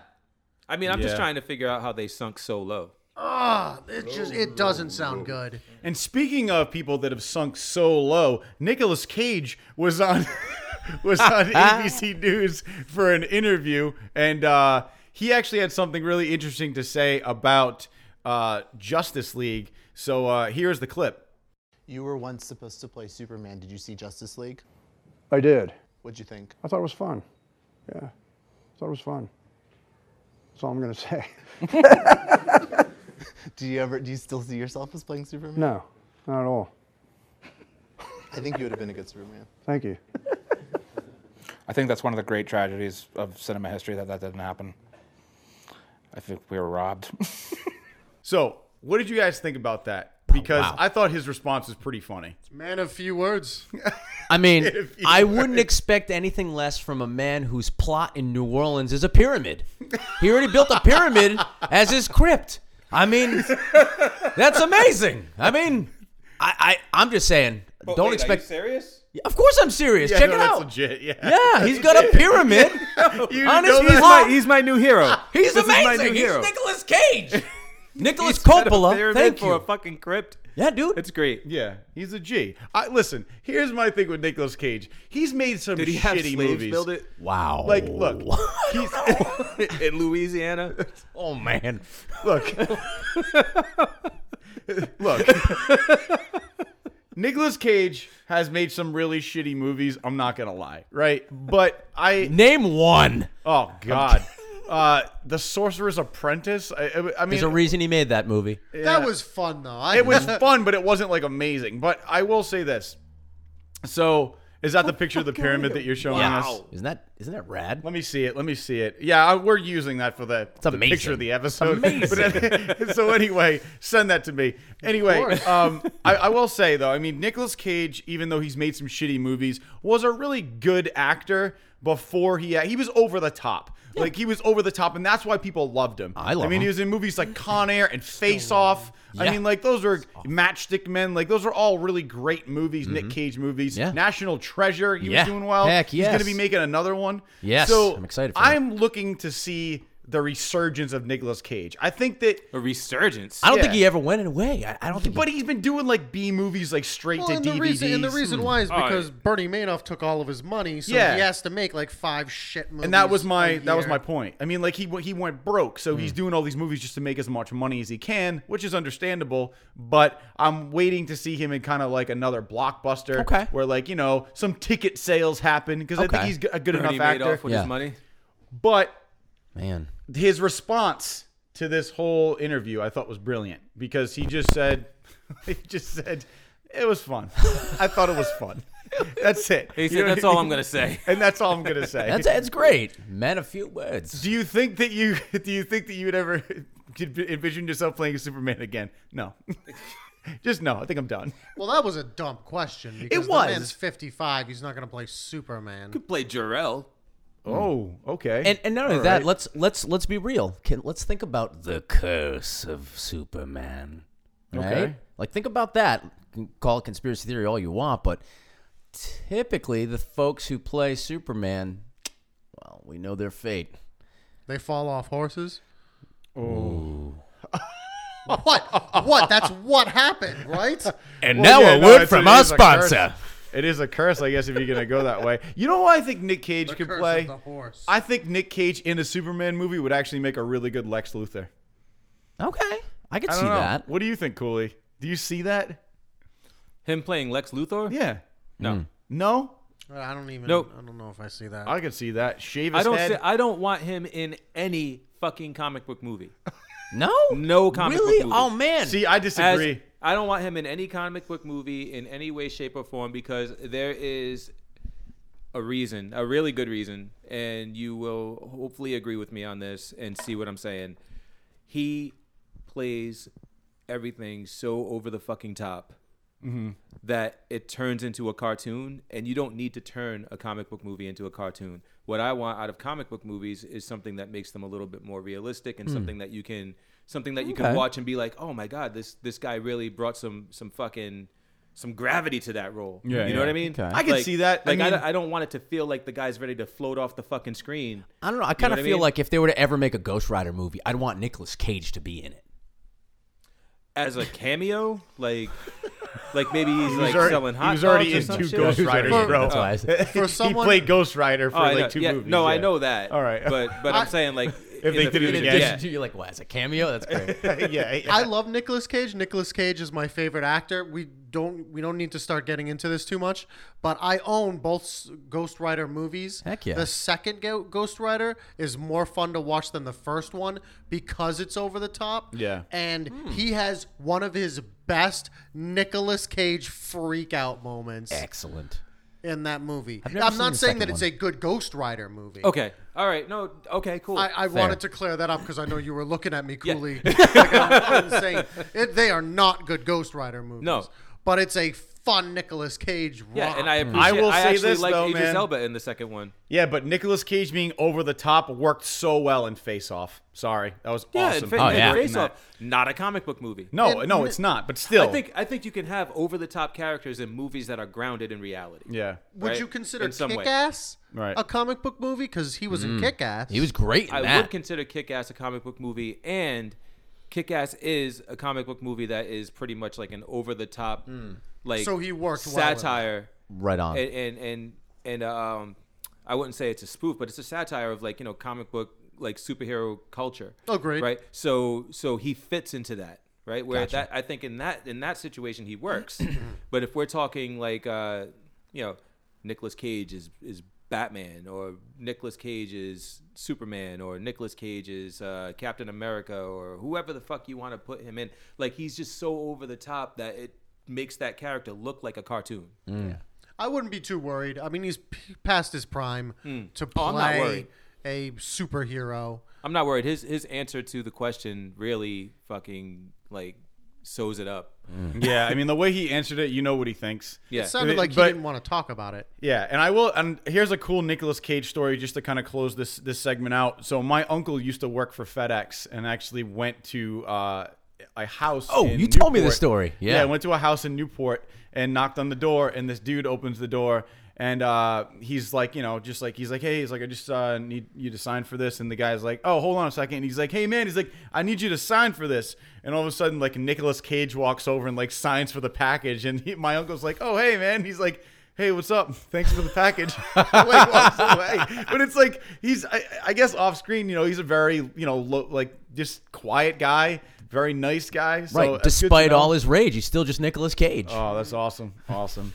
E: I mean, I'm just
A: Yeah.
E: trying to figure out how they sunk so low.
C: Ah, it just it doesn't sound good.
A: And speaking of people that have sunk so low, Nicolas Cage was on *laughs*
D: *laughs*
A: was on ABC News for an interview, and uh, he actually had something really interesting to say about uh, Justice League. So uh, here's the clip.
G: You were once supposed to play Superman. Did you see Justice League?
H: I did.
G: What'd you think?
H: I thought it was fun. Yeah. I thought it was fun. That's all I'm going to *laughs* say.
G: Do you ever? Do you still see yourself as playing Superman?
H: No, not at all.
G: I think you would have been a good Superman.
H: Thank you.
I: I think that's one of the great tragedies of cinema history that that didn't happen. I think we were robbed. *laughs*
A: So what did you guys think about that? Because I thought his response was pretty funny.
C: Man of few words.
D: I
E: *laughs*
D: mean,
A: If you
D: I wouldn't expect anything less from a man whose plot in New Orleans is a pyramid. He already built a
E: *laughs*
D: pyramid as his crypt. I mean, that's amazing. I mean, I, I I'm just saying,
E: Oh,
D: don't expect.
E: serious?
D: Of course, I'm serious. Check
A: no,
D: it
A: that's
D: out.
A: legit. *laughs* Yeah,
D: Yeah,
A: *laughs*
D: he's
E: *laughs*
D: got a pyramid.
A: You
D: on his
A: know that?
E: He's
D: plot.
E: my he's my new hero.
D: *laughs* He's
E: This is my new
D: amazing. He's
E: hero.
D: Nicolas
E: *laughs*
D: Cage. Nicholas
E: He's got a
D: Coppola.
E: pyramid
D: Thank
E: for a
D: you.
E: fucking crypt.
D: Yeah, dude.
E: It's great.
A: Yeah, he's a G. I listen. Here's my thing with Nicolas Cage. He's made some
E: Did he have
A: shitty
E: slaves
A: movies.
E: build it
D: wow.
A: Like, look, he's
E: *laughs* in Louisiana?
D: oh man. *laughs*
A: look, *laughs* look. Nicolas Cage has made some really shitty movies. I'm not gonna lie, right? But I,
D: Name one.
A: oh god, uh, The Sorcerer's Apprentice. I, I- I mean,
D: There's a reason he made that movie.
C: That was fun though. I,
A: it
C: *laughs*
A: was fun, but it wasn't like amazing. But I will say this. So, is that the picture of the pyramid that you're showing us?
D: Isn't that isn't that rad?
A: Let me see it. Let me see it. Yeah, I, we're using that for the, the
D: amazing.
A: picture of the episode.
D: It's
A: But- *laughs* so anyway, send that to me. Anyway,
C: course.
A: um, I, I will say though, I mean, Nicolas Cage, even though he's made some shitty movies, was a really good actor before he he was over the top. Like he was over the top, and that's why people loved him.
D: I love
A: I mean, he
D: him.
A: was in movies like Con Air and Face Off. I
D: Yeah.
A: mean, like those are Matchstick Men. Like those are all really great movies, Nick Cage movies.
D: Mm-hmm. Yeah.
A: National Treasure, he
D: Yeah.
A: was doing well.
D: Heck
A: He's gonna
D: yes.
A: be making another one.
D: Yes,
A: so
D: I'm excited for that.
A: I'm looking to see the resurgence of Nicolas Cage. I think that,
E: A resurgence.
D: I don't think
A: Yeah.
D: he ever went away. I, I don't think.
A: but he's been doing like B movies, like straight
C: Well,
A: to
C: and
A: DVDs.
C: the, reason, and the reason why is
E: All right.
C: because Bernie Madoff took all of his money, so
A: Hmm. Yeah.
C: he has to make like five shit movies.
A: and that was
C: a
A: my that was
C: year.
A: my point. I mean, like he he went broke, so
D: Hmm.
A: he's doing all these movies just to make as much money as he can, which is understandable. But I'm waiting to see him in kind of like another blockbuster,
D: Okay.
A: where like you know some ticket sales happen because I think
D: Okay.
A: he's g- a good
E: Bernie
A: enough actor.
E: Madoff with
D: Yeah.
E: his money.
A: But
D: he- man,
A: his response to this whole interview I thought was brilliant because he just said *laughs* he just said it was fun. I thought it was
E: *laughs*
A: fun. That's it.
E: He
A: You
E: said,
A: know-
E: "That's all I'm gonna say."
A: *laughs*
E: *laughs*
A: And that's all I'm gonna say.
D: that's that's great. Man, a few words.
A: do you think that you *laughs* do you think that you would ever *laughs* could envision yourself playing Superman again? No. *laughs* just no. I think I'm done.
C: Well, that was a dumb question. Because
A: was.
C: The man's 55. He's not going to play Superman.
E: Play Jarrell. Hmm.
A: Oh, okay.
D: And, and not only
A: All
D: that,
A: right.
D: let's let's let's be real. Can, let's think about the curse of Superman. Right?
A: Okay.
D: Like think about that. You can call it conspiracy theory all you want, but typically the folks who play Superman, well, we know their fate.
C: They fall off horses. Oh. *laughs* what? What? That's what happened, right?
D: And
A: Well,
D: now
A: yeah,
D: a
A: no,
D: word
A: it's-
D: from
A: it
D: our
A: is a curse.
D: sponsor.
A: It is a curse, I guess, if you're gonna go that way. You know why I think Nick Cage
C: The
A: could
C: curse
A: play?
C: of the horse.
A: I think Nick Cage in a Superman movie would actually make a really good Lex Luthor.
D: Okay, I can
A: I
D: see
A: don't know.
D: that.
A: What do you think, Cooley? Do you see that?
E: Him playing Lex Luthor?
A: Yeah.
E: No.
D: Hmm.
A: No?
C: I don't even.
E: Nope.
C: I don't know if I see that.
A: I could see that. Shave his
E: I don't.
A: head.
E: Say, I don't want him in any fucking comic book movie.
D: No,
E: No comic book
D: really.
E: movie.
D: Oh man,
A: see, I
E: As-
A: disagree.
E: I don't want him in any comic book movie in any way, shape, or form because there is a reason, a really good reason, and you will hopefully agree with me on this and see what I'm saying. He plays everything so over the fucking top that it turns into a cartoon, and you don't need to turn a comic book movie into a cartoon. What I want out of comic book movies is something that makes them a little bit more realistic and something that you can something that you can
D: Okay.
E: watch and be like, "Oh my god, this this guy really brought some some fucking some gravity to that role."
A: Yeah,
E: you know what
A: yeah.
E: I mean?
D: Okay.
A: I can
E: Like-
A: see that. I
E: Like I,
A: mean-
E: don't- I don't want it to feel like the guy's ready to float off the fucking screen.
D: I don't know. I kind
E: what
D: of
E: I
D: feel
E: mean?
D: like if they were to ever make a Ghost Rider movie, I'd want Nicolas Cage to be in it.
E: As a cameo, like, like maybe he's, like
A: already-
E: selling hot
A: he was already
E: dogs or
A: in
E: some
A: two
E: shit.
A: Ghost Riders,
D: already-
A: bro.
D: that's why I said-
A: *laughs*
C: For
A: *laughs*
C: someone-
A: he played Ghost Rider for
E: Oh, I know.
A: like two
E: Yeah,
A: movies.
E: No, I
A: yeah.
E: know that.
A: All right.
E: but but I'm saying like
A: If they
E: the
A: did it
E: future-
A: again.
D: *laughs*
E: yeah.
D: You're like, wow, it's a cameo. That's great.
A: *laughs* yeah, yeah.
C: *laughs* I love Nicolas Cage. Nicolas Cage is my favorite actor. We don't we don't need to start getting into this too much, but I own both s- Ghost Rider movies.
D: Heck yeah.
C: The second Go- Ghost Rider is more fun to watch than the first one because it's over the top.
A: Yeah.
C: And
D: Hmm.
C: he has one of his best Nicolas Cage freak out moments
D: Excellent.
C: in that movie.
D: never
C: I'm
D: seen
C: not
D: the
C: saying that
D: second
C: it's
D: one.
C: a good Ghost Rider movie.
E: Okay. All right. No. Okay. Cool.
C: I, I
D: Fair.
C: wanted to clear that up because I know you were looking at me
E: *laughs*
C: coolly. like I'm insane. It, they are not good Ghost Rider movies.
E: No.
C: But it's a fun Nicolas Cage romp.
E: yeah, and
D: Mm.
E: I appreciate.
A: I will say
E: actually
A: this,
E: like
A: though,
E: Idris
A: man.
E: Elba in the second one.
A: Yeah, but Nicolas Cage being over the top worked so well in Face Off. Sorry, that was
E: Yeah,
A: awesome.
E: and, fa-
D: Oh,
E: and
D: yeah.
E: Face Off, not a comic book movie.
A: No,
C: And-
A: no, it's not. But still,
E: I think I think you can have over the top characters in movies that are grounded in reality.
A: yeah.
C: Would
E: right,
C: you consider
E: in some way.
C: Kick Ass
A: Right.
C: a comic book movie? Because he was in Kick Ass.
D: Mm. He was great in
E: I
D: that.
E: would consider Kick Ass a comic book movie, and Kick Ass is a comic book movie that is pretty much like an over the top, like
C: Hmm. So he worked well in that.
E: satire.
D: right on.
E: and and and, and um, I wouldn't say it's a spoof, but it's a satire of like you know comic book like superhero culture.
C: Agreed.
E: Right. So so he fits into that. Right. Where that I think in that in that situation he works, *clears throat* but if we're talking like uh, you know Nicolas Cage is is Batman or Nicolas Cage is Superman or Nicolas Cage is uh, Captain America or whoever the fuck you want to put him in. Like he's just so over the top that it makes that character look like a cartoon.
C: I wouldn't be too worried. I mean, he's p- past his prime to play
E: Oh, I'm not worried.
C: a superhero.
E: I'm not worried. His his answer to the question really fucking like sews it up.
A: Yeah, I mean the way he answered it, you know what he thinks.
E: Yeah.
C: It sounded
A: But-
C: like he
A: but-
C: didn't want to talk about it.
A: Yeah, and I will. And here's a cool Nicolas Cage story, just to kind of close this this segment out. So my uncle used to work for FedEx, and actually went to uh, a house.
D: Oh,
A: in
D: you told me this
A: Newport.
D: story. Yeah.
A: yeah, I went to a house in Newport and knocked on the door, and this dude opens the door, And uh, he's like, you know, just like he's like, hey, he's like, I just uh, need you to sign for this. And the guy's like, oh, hold on a second. And he's like, hey, man, he's like, I need you to sign for this. And all of a sudden, like Nicolas Cage walks over and like signs for the package. And he, my uncle's like, oh, hey, man. He's like, hey, what's up? Thanks for the package. *laughs* like walks away. But it's like he's, I, I guess, off screen. You know, he's a very, you know, lo- like just quiet guy, very nice guy. So
D: Right.
A: that's good to
D: Despite
A: know.
D: all his rage, he's still just Nicolas Cage.
A: Oh, that's awesome. Awesome.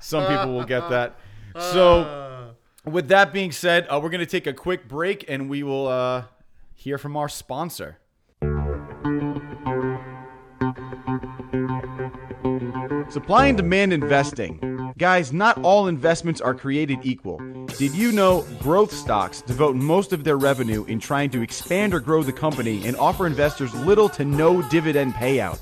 A: Some people will get that. So, with that being said, uh, we're going to take a quick break and we will uh, hear from our sponsor. Supply and demand investing. Guys, not all investments are created equal. Did you know growth stocks devote most of their revenue in trying to expand or grow the company and offer investors little to no dividend payout?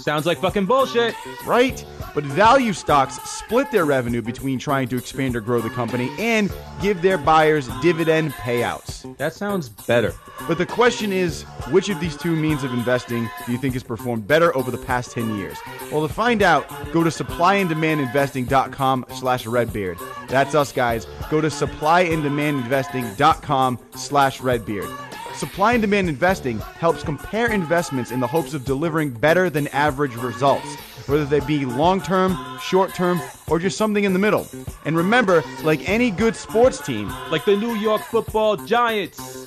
E: Sounds like fucking bullshit.
A: right? But value stocks split their revenue between trying to expand or grow the company and give their buyers dividend payouts.
E: That sounds better.
A: But the question is, which of these two means of investing do you think has performed better over the past 10 years? Well, to find out, go to supplyanddemandinvesting.com slash redbeard. That's us, guys. Go to supplyanddemandinvesting.com slash redbeard. Supply and demand investing helps compare investments in the hopes of delivering better than average results, whether they be long term, short term, or just something in the middle. And remember, like any good sports team,
E: Like the New York football giants.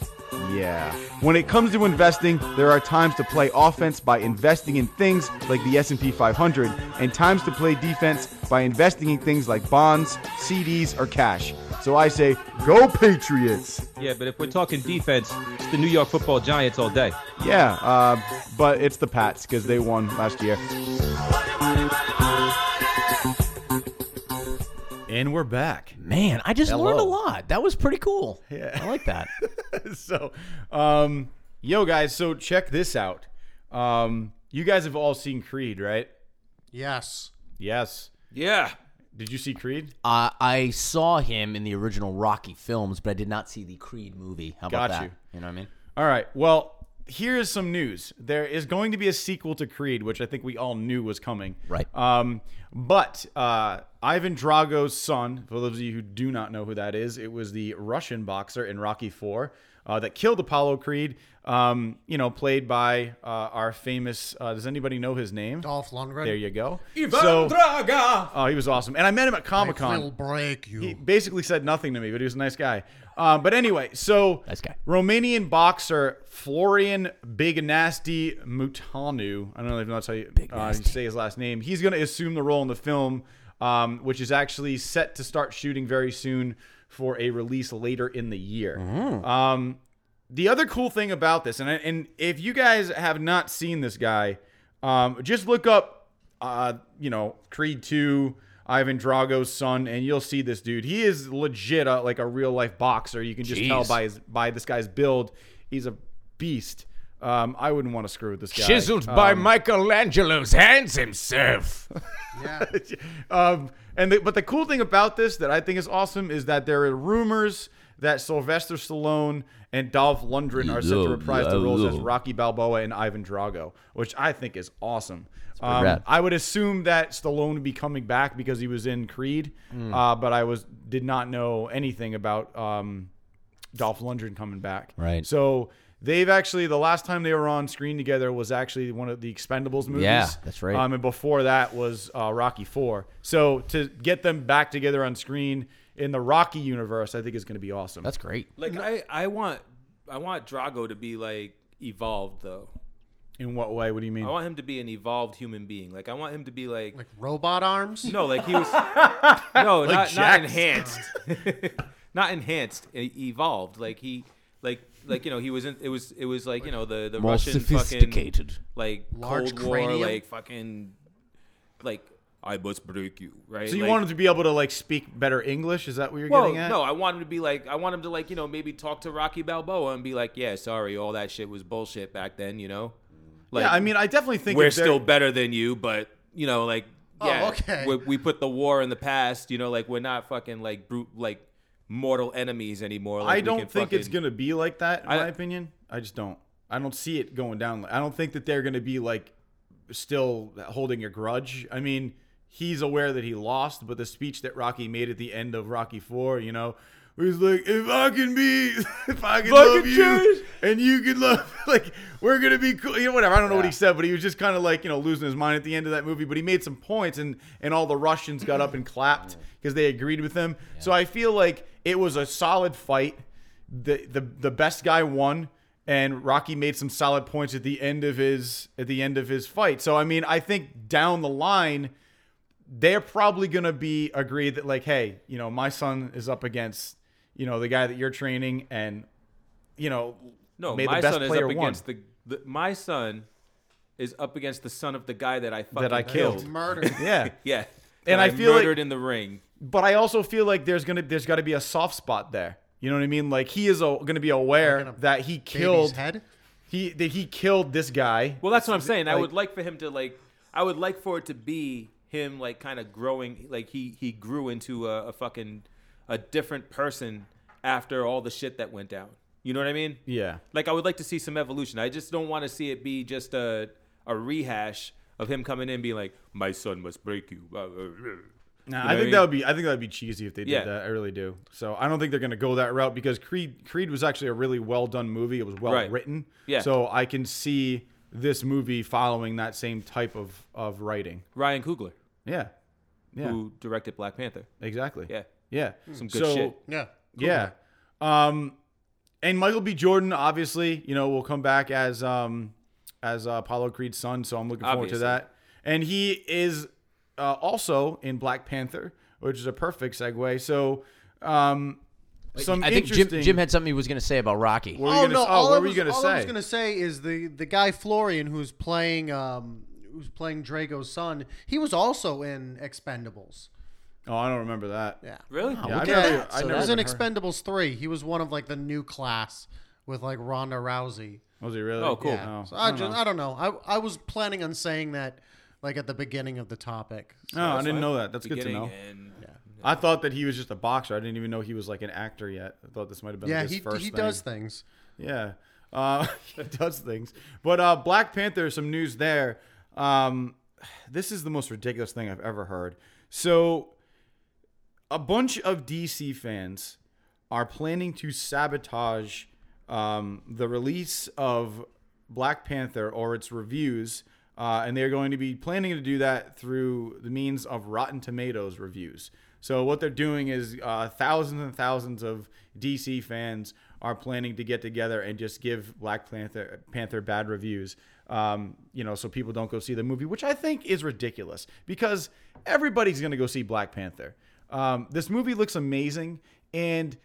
A: yeah. When it comes to investing, there are times to play offense by investing in things like the S&P 500 and times to play defense by investing in things like bonds, CDs, or cash. So I say, go Patriots.
E: Yeah, but if we're talking defense, it's the New York football giants all day.
A: Yeah, uh, but it's the Pats because they won last year. And we're back.
D: Man, I just learned a
A: Hello.
D: lot. That was pretty cool. Yeah. I like that.
A: *laughs* so um yo guys so check this out um you guys have all seen creed right
C: Yes.
A: yes
E: Yeah.
A: did you see creed
D: uh, I saw him in the original Rocky films, but I did not see the Creed movie. How
A: Got
D: about that?
A: you.
D: You know what I mean?
A: all right well here is some news there is going to be a sequel to creed which i think we all knew was coming
D: Right.
A: um but uh ivan drago's son for those of you who do not know who that is it was the russian boxer in rocky 4 uh, that killed apollo creed um, you know played by uh, our famous uh, does anybody know his name
C: Dolph Lundgren.
A: There you go. so, Oh, he was awesome. And I met him at Comic
C: He'll
A: Con.
C: break you.
A: He basically said nothing to me, but he was a nice guy. Um, but anyway, so
D: Nice guy.
A: Romanian boxer Florian Big Nasty Mutanu. I don't know if that's how you, uh, you say his last name. He's going to assume the role in the film, um, which is actually set to start shooting very soon for a release later in the year. Um, the other cool thing about this, and and if you guys have not seen this guy, um, just look up, uh, you know, Creed Two, Ivan Drago's son, and you'll see this dude. He is legit, a, like a real life boxer. You can just tell by his by this guy's build, he's a beast. Um, I wouldn't want to screw with this guy.
J: by
D: Um,
J: Michelangelo's hands himself.
C: Yeah.
A: *laughs* um, and the, but the cool thing about this that I think is awesome is that there are rumors that Sylvester Stallone and Dolph Lundgren are set to reprise the roles as Rocky Balboa and Ivan Drago, which I think is awesome. Um,
D: rad.
A: I would assume that Stallone would be coming back because he was in Creed, uh, but I was did not know anything about um, Dolph Lundgren coming back.
D: Right.
A: So they've actually the last time they were on screen together was actually one of the Expendables movies.
D: Yeah, that's right.
A: Um, and before that was uh, Rocky Four. So to get them back together on screen in the Rocky universe, I think is going to be awesome.
D: That's great.
E: Like I, I want I want Drago to be like evolved though.
A: in what way? What do you mean?
E: I want him to be an evolved human being. Like I want him to be like
C: Like robot
E: *laughs*
C: arms.
E: No, like
A: *laughs*
E: he was No, not, not
A: Jack's- *laughs*
E: enhanced. *laughs* not enhanced. e- Evolved. Like he like like you know, he was in it was it was like, you know, the the
D: More
E: Russian
D: sophisticated.
E: fucking like
C: Large
E: Cold War
C: cranium.
E: like fucking like I must break you, right?
A: so you
E: like,
A: wanted to be able to like speak better English? Is that what you're
E: Well,
A: getting at?
E: no, I want him to be like, I want him to like, you know, maybe talk to Rocky Balboa and be like, yeah, sorry, all that shit was bullshit back then, you know. Like,
A: yeah, I mean, I definitely think
E: we're
A: if they're-
E: still better than you, but you know, like,
C: Oh,
E: yeah,
C: okay.
E: we, we put the war in the past, you know, like we're not fucking like brute, like mortal enemies anymore.
A: I
E: Like, we
A: don't
E: can
A: think it's
E: fucking-
A: going to be like that, in
E: I-
A: my opinion. I just don't. I don't see it going down. I don't think that they're going to be like still holding a grudge. I mean,
I: he's aware that he lost, but the speech that Rocky made at the end of Rocky Four, you know, where he's like, "If I can be, *laughs* if I
K: Fucking
I: can love you,
K: Jewish.
I: and you can love, *laughs* like, we're gonna be cool." You know, whatever. I don't know what he said, but he was just kind of like, you know, losing his mind at the end of that movie. But he made some points, and and all the Russians got up and clapped because they agreed with him. So I feel like it was a solid fight. The the the best guy won. And Rocky made some solid points at the end of his at the end of his fight. So I mean, I think down the line, they're probably going to be agreed that like hey you know my son is up against you know the guy that you're training and you know
E: No,
I: made
E: my
I: the best
E: son is
I: player
E: up
I: won
E: against the, the my son is up against the son of the guy that I fucking
I: that i killed
C: Murdered.
I: *laughs* yeah
E: yeah, that
I: and i feel
E: murdered
I: like
E: in the ring.
I: but i also feel like there's gonna there's gotta be a soft spot there you know what i mean like he is a, gonna be aware that he
C: Baby's
I: killed
C: head.
I: he that he killed this guy
E: Well, that's what I'm saying. I
I: like-
E: would like for him to like. I would like for it to be him like kind of growing, like he he grew into a, a fucking a different person after all the shit that went down. You know what I mean?
I: yeah
E: Like I would like to see some evolution. I just don't want to see it be just a a rehash of him coming in being like, "My son must break you." blah, blah, blah."
I: Nah,
E: You know
I: I
E: what
I: think
E: mean?
I: that would be I think that would be cheesy if they did
E: Yeah.
I: that. I really do. So I don't think they're gonna go that route because Creed Creed was actually a really well done movie. It was well
E: Right.
I: written.
E: Yeah.
I: So I can see this movie following that same type of of writing.
E: Ryan Coogler,
I: Yeah. Yeah.
E: who directed Black Panther.
I: Exactly.
E: Yeah.
I: Yeah.
E: Some good
I: so,
E: shit.
C: Yeah.
I: Yeah. Um, and Michael B. Jordan, obviously, you know, will come back as um, as uh, Apollo Creed's son. So I'm looking forward
E: Obviously.
I: to that. And he is uh, also in Black Panther, which is a perfect segue. So um, some
D: I think Jim,
I: interesting.
D: Jim had something he was going to say about Rocky.
I: What were you gonna, oh,
C: all
I: what
C: I
I: were you
C: was-
I: gonna
C: all
I: say?
C: I was gonna say is the the guy Florian who's playing um who's playing Drago's son. He was also in Expendables.
I: Oh, I don't remember that.
C: Yeah.
E: Really?
I: Yeah,
C: Yeah,
I: I never- I
C: so
I: never
C: he was in
I: even heard-
C: Expendables three. He was one of like the new class with like Ronda Rousey.
I: Was he really?
E: Oh, cool.
I: No,
C: So I,
I: don't
C: just,
I: know.
C: I don't know. I I was planning on saying that like at the beginning of the topic.
I: No, I didn't know that. That's good to
E: Beginning
I: know.
E: and-
C: uh,
I: I thought that he was just a boxer. I didn't even know he was like an actor yet. I thought this might have been
C: yeah,
I: his
C: he
I: first
C: he
I: thing.
C: does things.
I: Yeah, uh, *laughs* he does things. But uh, Black Panther, some news there. Um, this is the most ridiculous thing I've ever heard. So, a bunch of DC fans are planning to sabotage um, the release of Black Panther or its reviews. Uh, and they're going to be planning to do that through the means of Rotten Tomatoes reviews. So, what they're doing is uh, thousands and thousands of DC fans are planning to get together and just give Black Panther, Panther bad reviews, um, you know, so people don't go see the movie, which I think is ridiculous because everybody's going to go see Black Panther. Um, this movie looks amazing. And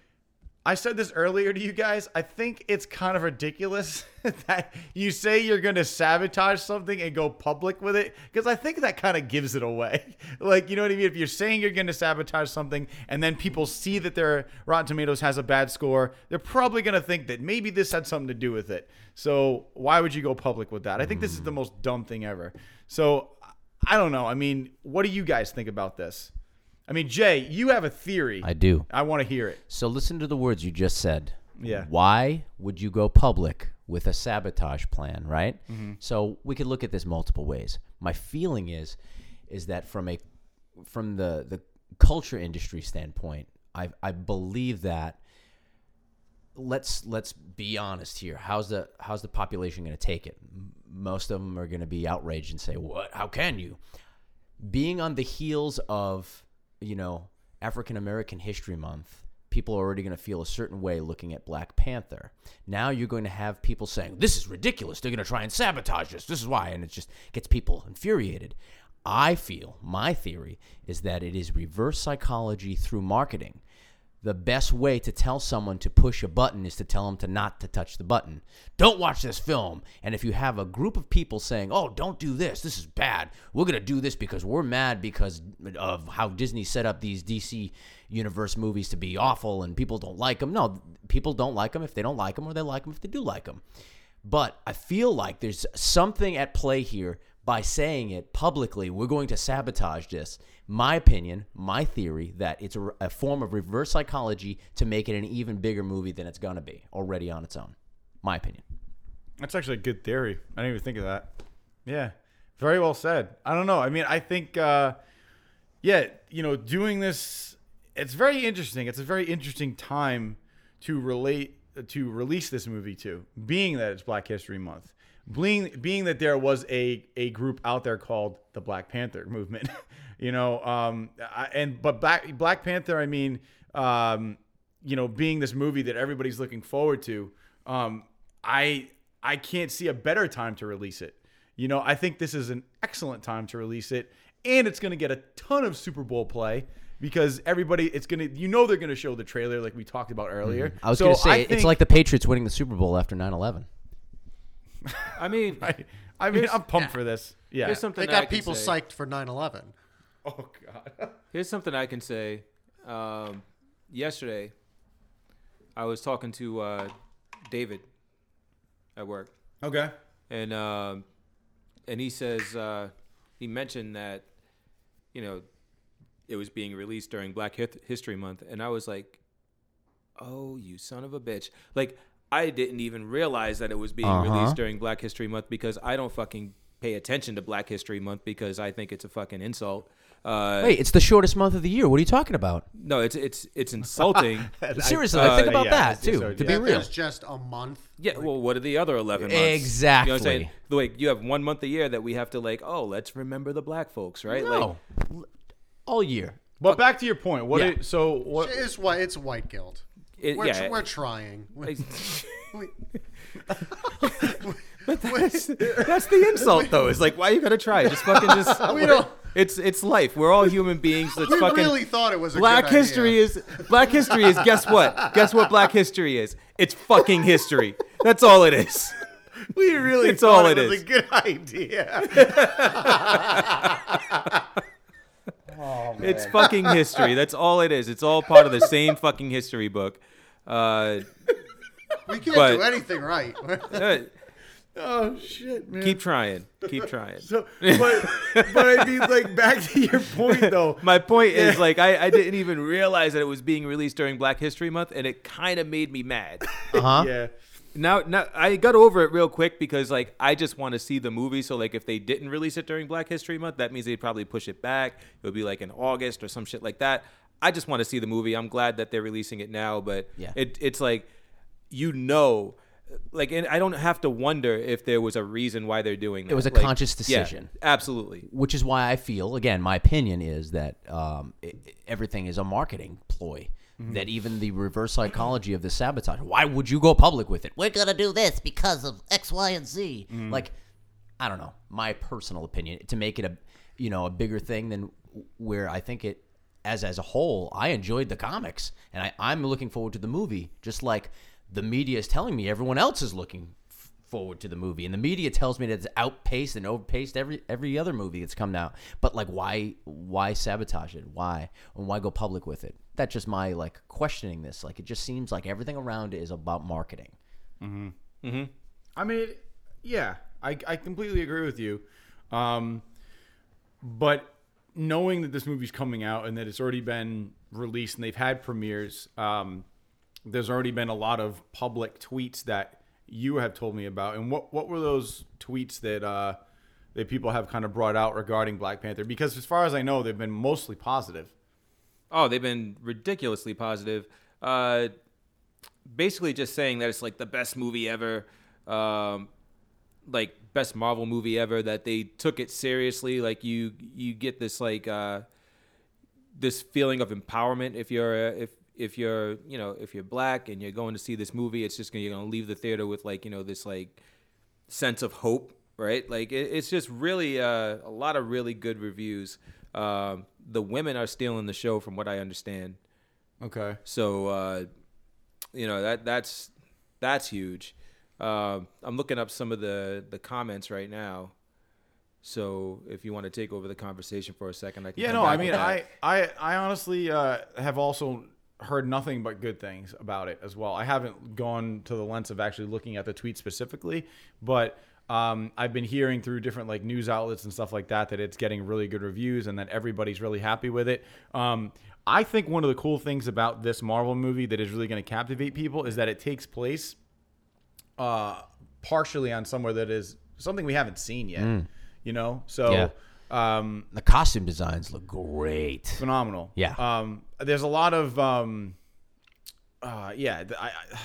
I: I said this earlier to you guys. I think it's kind of ridiculous *laughs* that you say you're going to sabotage something and go public with it because I think that kind of gives it away. *laughs* Like, you know what I mean? If you're saying you're going to sabotage something and then people see that their Rotten Tomatoes has a bad score, they're probably going to think that maybe this had something to do with it. So, why would you go public with that? I think this is the most dumb thing ever. So, I don't know. I mean, what do you guys think about this? I mean, Jay, you have a theory.
D: I do.
I: I want to hear it.
D: So listen to the words you just said.
I: Yeah.
D: Why would you go public with a sabotage plan, right? So we could look at this multiple ways. My feeling is is that from a from the the culture industry standpoint, I I believe that let's let's be honest here. How's the how's the population going to take it? M- Most of them are going to be outraged and say, "What? How can you?" being on the heels of you know African American History Month, people are already going to feel a certain way looking at Black Panther. Now you're going to have people saying, "This is ridiculous. They're going to try and sabotage us. This is why," and it just gets people infuriated. I feel my theory is that it is reverse psychology through marketing the best way to tell someone to push a button is to tell them to not to touch the button. Don't watch this film. And if you have a group of people saying, "Oh, don't do this. This is bad. We're going to do this because we're mad because of how Disney set up these DC universe movies to be awful and people don't like them." No, people don't like them if they don't like them or they like them if they do like them. But I feel like there's something at play here by saying it publicly. We're going to sabotage this. My opinion, my theory, that it's a, a form of reverse psychology to make it an even bigger movie than it's going to be already on its own. My opinion.
I: That's actually a good theory. I didn't even think of that. Yeah, very well said. I don't know. I mean, I think uh, yeah, you know, doing this, it's very interesting. It's a very interesting time to relate to release this movie to, being that it's Black History Month, being being that there was a a group out there called the Black Panther movement, *laughs* you know, um, I, and but Black Black Panther, I mean, um, you know, being this movie that everybody's looking forward to, um, I I can't see a better time to release it. You know, I think this is an excellent time to release it, and it's going to get a ton of Super Bowl play because everybody, it's going to, you know, they're going to show the trailer like we talked about earlier.
D: Mm-hmm. I was
I: So
D: going to say
I: think-
D: it's like the Patriots winning the Super Bowl after 9/11.
E: I
I: *laughs*
E: mean,
I: *laughs* I, I mean, I'm pumped for this. Yeah,
E: Here's something
C: They
E: that I
C: got
E: can
C: people
E: say.
C: psyched for 9/11.
I: Oh God.
E: Here's something I can say. Um, yesterday, I was talking to uh, David at work,
I: okay.
E: and um, and he says uh, he mentioned that you know it was being released during Black Hith- History Month, and I was like, "Oh, you son of a bitch!" Like I didn't even realize that it was being released during Black History Month because I don't fucking pay attention to Black History Month because I think it's a fucking insult. Uh,
D: Wait, it's the shortest month of the year. What are you talking about?
E: No, it's it's
C: *laughs*
E: it's insulting.
D: Seriously, like, think about
I: uh, yeah,
D: that
I: it's just
D: too.
I: so-
D: to
I: yeah.
D: be real,
C: There's just a month.
E: Yeah, well, what are the other 11 months? You know what I'm saying?
D: Exactly.
E: Like, you have one month a year that we have to, like, oh, let's remember the black folks, right? Like,
D: no, all year.
I: But back to your point. What?
E: Yeah.
I: It, so what?
C: It's white. It's white guilt.
E: it-
C: We're,
E: yeah.
C: we're trying. We-
E: it's- *laughs*
C: we-
E: that's the insult, though. It's like, why you gotta try? Just fucking just.
C: *laughs* We don't-
E: It's it's life. We're all human beings. Let's
C: we
E: fucking.
C: really thought it was a
E: Black
C: good idea.
E: history is black history is guess what? Guess what black history is? It's fucking history. That's all it is.
I: We
E: *laughs*
I: really.
E: It's all
I: thought
E: it
I: was
E: is.
I: A good idea.
E: It's fucking history. That's all it is. It's all part of the same fucking history book. Uh,
C: *laughs* We can't
E: but-
C: do anything right.
E: uh,
I: oh shit,
D: *laughs*
I: man.
E: keep trying. Keep trying.
I: So, but but I mean, like back to your
D: *laughs*
I: point though.
E: *laughs* My point is like I, I didn't even realize that it was being released during Black History Month, and it kind of made me mad.
I: yeah.
E: now, now I got over it real quick because like I just want to see the movie. So like if they didn't release it during Black History Month, that means they'd probably push it back. It would be like in August or some shit like that. I just want to see the movie. I'm glad that they're releasing it now, but
D: Yeah.
E: it, it's like you know. Like and I don't have to wonder if there was a reason why they're doing that.
D: was a
E: Like,
D: conscious
E: yeah,
D: decision.
E: absolutely.
D: which is why I feel, again, my opinion is that um, i i- everything is a marketing ploy. That even the reverse psychology of the sabotage. Why would you go public with it? We're gonna do this because of X, Y, and Z. Like, I don't know. My personal opinion to make it a, you know, a bigger thing than where I think it as as a whole. I enjoyed the comics, and I, I'm looking forward to the movie. Just like the media is telling me, everyone else is looking f- forward to the movie and the media tells me that it's outpaced and overpaced every every other movie that's come out but like why why sabotage it why and why go public with it that's just my like questioning this like it just seems like everything around it is about marketing
I: I mean, yeah, I, I completely agree with you. Um, but knowing that this movie's coming out and that it's already been released and they've had premieres, um, there's already been a lot of public tweets that you have told me about. And what, what were those tweets that uh, that people have kind of brought out regarding Black Panther? Because as far as I know, they've been mostly positive.
E: Oh, they've been ridiculously positive. Uh, basically, just saying that it's like the best movie ever, um, like best Marvel movie ever. That they took it seriously. Like you, you get this like uh, this feeling of empowerment if you're uh, if if you're you know if you're black and you're going to see this movie. It's just gonna, you're gonna leave the theater with like you know this like sense of hope, right? Like it, it's just really uh, a lot of really good reviews. Um, the women are stealing the show, from what I understand.
I: Okay.
E: So uh, you know that that's that's huge. Um, I'm looking up some of the the comments right now. So if you want to take over the conversation for a second, I can.
I: Yeah,
E: come
I: no,
E: back
I: I
E: with
I: mean,
E: that.
I: I, I, I honestly uh, have also heard nothing but good things about it as well. I haven't gone to the lens of actually looking at the tweet specifically, but um, I've been hearing through different like news outlets and stuff like that that it's getting really good reviews and that everybody's really happy with it. Um, I think one of the cool things about this Marvel movie that is really going to captivate people is that it takes place
E: Mm.
I: uh, partially on somewhere that is something we haven't seen yet. You know, so
D: Yeah.
I: Um,
D: the costume designs look great.
I: Phenomenal.
D: Yeah.
I: Um, there's a lot of, um, uh, yeah. th- I, I-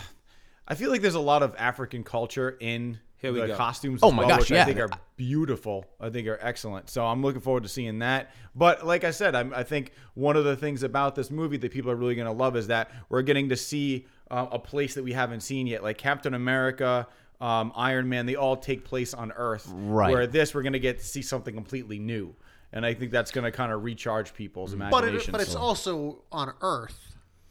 I: I feel like there's a lot of African culture in
E: Here we
I: the
E: go.
I: costumes.
D: Oh
I: as
D: my
I: well,
D: gosh,
I: which I
D: yeah.
I: think are beautiful. I think are excellent. So I'm looking forward to seeing that. But like I said, I'm, I think one of the things about this movie that people are really going to love is that we're getting to see uh, a place that we haven't seen yet, like Captain America. Um, Iron Man, they all take place on Earth.
D: Right.
I: Where this, we're going to get to see something completely new. And I think that's going to kind of recharge people's
C: But,
I: imaginations.
C: it, but it's also on Earth.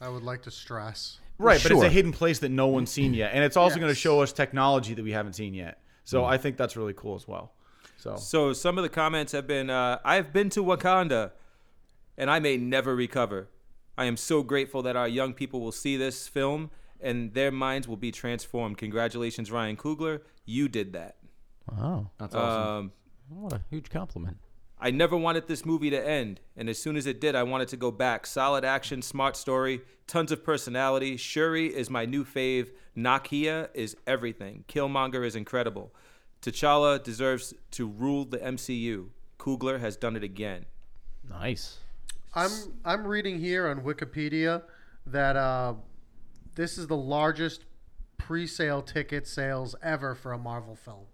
C: I would like to stress.
I: Right, but
D: Sure.
I: it's a hidden place that no one's seen yet, and it's also going to
C: Yes.
I: show us technology that we haven't seen yet. So I think that's really cool as well. So
E: So some of the comments have been, uh, "I've been to Wakanda, and I may never recover. I am so grateful that our young people will see this film, and their minds will be transformed. Congratulations, Ryan Coogler, you did that.
D: Wow.
I: that's
E: Um,
D: What a huge compliment.
E: I never wanted this movie to end, and as soon as it did, I wanted to go back. Solid action, smart story, tons of personality. Shuri is my new fave. Nakia is everything. Killmonger is incredible. T'Challa deserves to rule the MCU. Coogler has done it again.
D: Nice.
C: I'm I'm reading here on Wikipedia that uh, this is the largest pre-sale ticket sales ever for a Marvel film.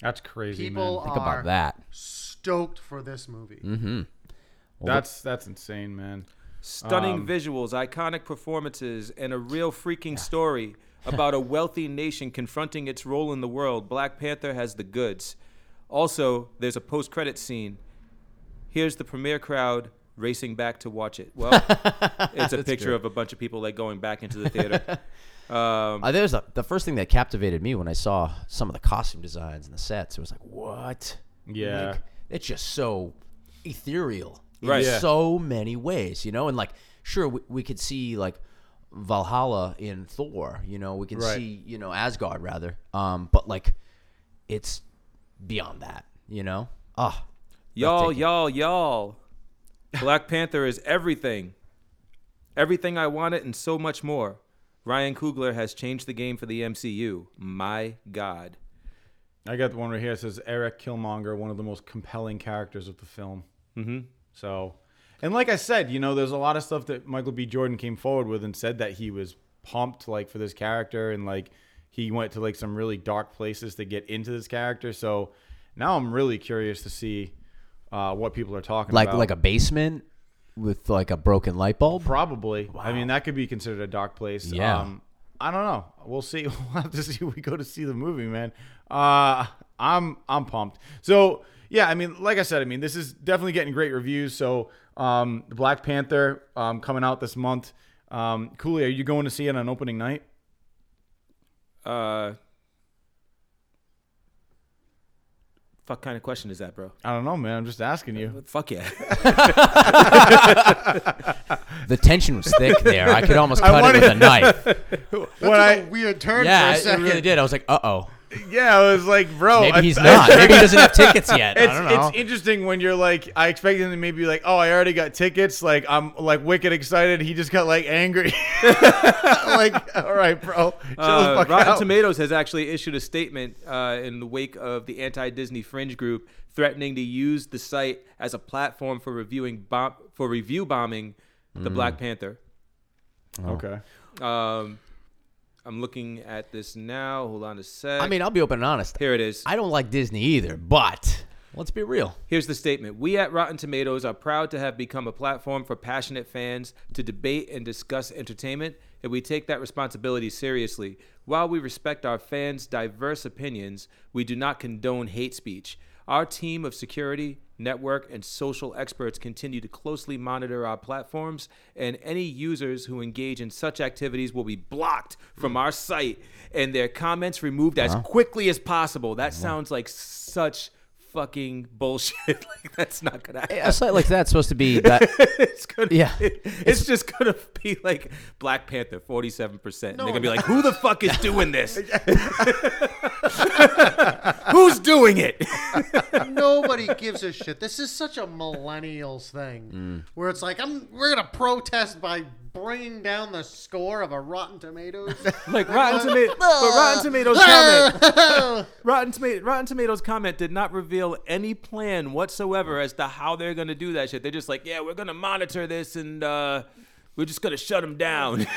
I: that's crazy,
C: People
I: man.
D: Think
C: are
D: about that.
C: stoked for this movie.
I: That's that's insane, man.
E: Stunning visuals, iconic performances, and a real freaking story about a wealthy nation confronting its role in the world. Black Panther has the goods. Also, there's a post credit scene. Here's the premiere crowd racing back to watch it. Well, it's a picture of a bunch of people like going back into the theater. um,
D: Uh, there's a, the first thing that captivated me when I saw some of the costume designs and the sets. It was like, what?
I: Yeah.
D: Like, it's just so ethereal in
E: Right. Yeah.
D: so many ways, you know? And like, sure, we, we could see like Valhalla in Thor, you know? We can
I: Right.
D: see, you know, Asgard rather. Um, but like, it's beyond that, you know? Ah,
E: y'all,
D: breathtaking.
E: y'all, y'all. Black Panther is everything. Everything I wanted and so much more. Ryan Coogler has changed the game for the MCU. My God.
I: I got the one right here. It says Eric Killmonger, one of the most compelling characters of the film.
E: Mm-hmm.
I: So, and like I said, you know, there's a lot of stuff that Michael B. Jordan came forward with and said that he was pumped like for this character and like he went to like some really dark places to get into this character. So now I'm really curious to see uh, what people are talking
D: like,
I: about.
D: like a basement with like a broken light bulb.
I: Probably. I mean, that could be considered a dark place.
D: Yeah.
I: Um, I don't know. We'll see. *laughs* We'll have to see when we go to see the movie, man. Uh, I'm I'm pumped. So yeah, I mean, like I said, I mean, this is definitely getting great reviews. So um, the Black Panther um, coming out this month. Um, Cooley, are you going to see it on opening night?
E: Uh, fuck kind of question is that, bro?
D: Uh,
I: I don't know, man. I'm just asking you.
D: *laughs*
E: Fuck yeah.
D: The tension was thick there. I could almost cut it
I: wanted-
D: with a knife.
C: That
I: When
C: took
I: I
C: a weird turn
D: Yeah,
C: for a
D: it
C: second. *laughs* Oh,
D: really did. I was like, uh oh.
I: yeah, I was like, bro,
D: Maybe
I: I-
D: he's
I: I-
D: not. Maybe he
C: *laughs*
D: doesn't have tickets yet.
I: It's,
D: I don't know.
I: it's interesting when you're like, I expected him to maybe be like, oh, I already got tickets. Like, I'm like wicked excited. He just got like angry. *laughs* like, all right, bro. Chill the
E: Uh,
I: fuck
E: Rotten
I: out.
E: Tomatoes has actually issued a statement uh, in the wake of the anti-Disney fringe group threatening to use the site as a platform for reviewing bomb- for review bombing
D: Mm.
E: the Black Panther.
D: Oh.
I: Okay.
E: Um, I'm looking at this now. Hold on a sec.
D: I mean, I'll be open and honest.
E: here it is.
D: I don't like Disney either, but let's be real.
E: Here's the statement We at Rotten Tomatoes are proud to have become a platform for passionate fans to debate and discuss entertainment, and we take that responsibility seriously. While we respect our fans' diverse opinions, we do not condone hate speech. Our team of security, network, and social experts continue to closely monitor our platforms, and any users who engage in such activities will be blocked from our site and their comments removed as quickly as possible. That sounds like such fucking bullshit. *laughs* like that's not gonna.
D: A site like that's supposed to
C: *laughs*
D: be that.
E: *laughs*
D: uh,
E: It's gonna.
D: Yeah.
E: It's just gonna be like Black Panther, forty-seven percent. They're gonna be like, "Who the fuck *laughs* is doing this? Who's doing it?"
C: Nobody gives
D: Mm.
C: a shit. This is such a millennials thing, where it's like, I'm we're gonna protest by bringing down the score of a Rotten
D: *laughs*
C: Tomatoes.
E: *laughs* Like Rotten *laughs* Tomatoes, but Rotten Tomatoes *laughs* comment, Rotten, Toma- Rotten Tomatoes comment did not reveal any plan whatsoever as to how they're gonna do that shit. They're just like, yeah, we're gonna monitor this and uh, we're just gonna shut them down. *laughs*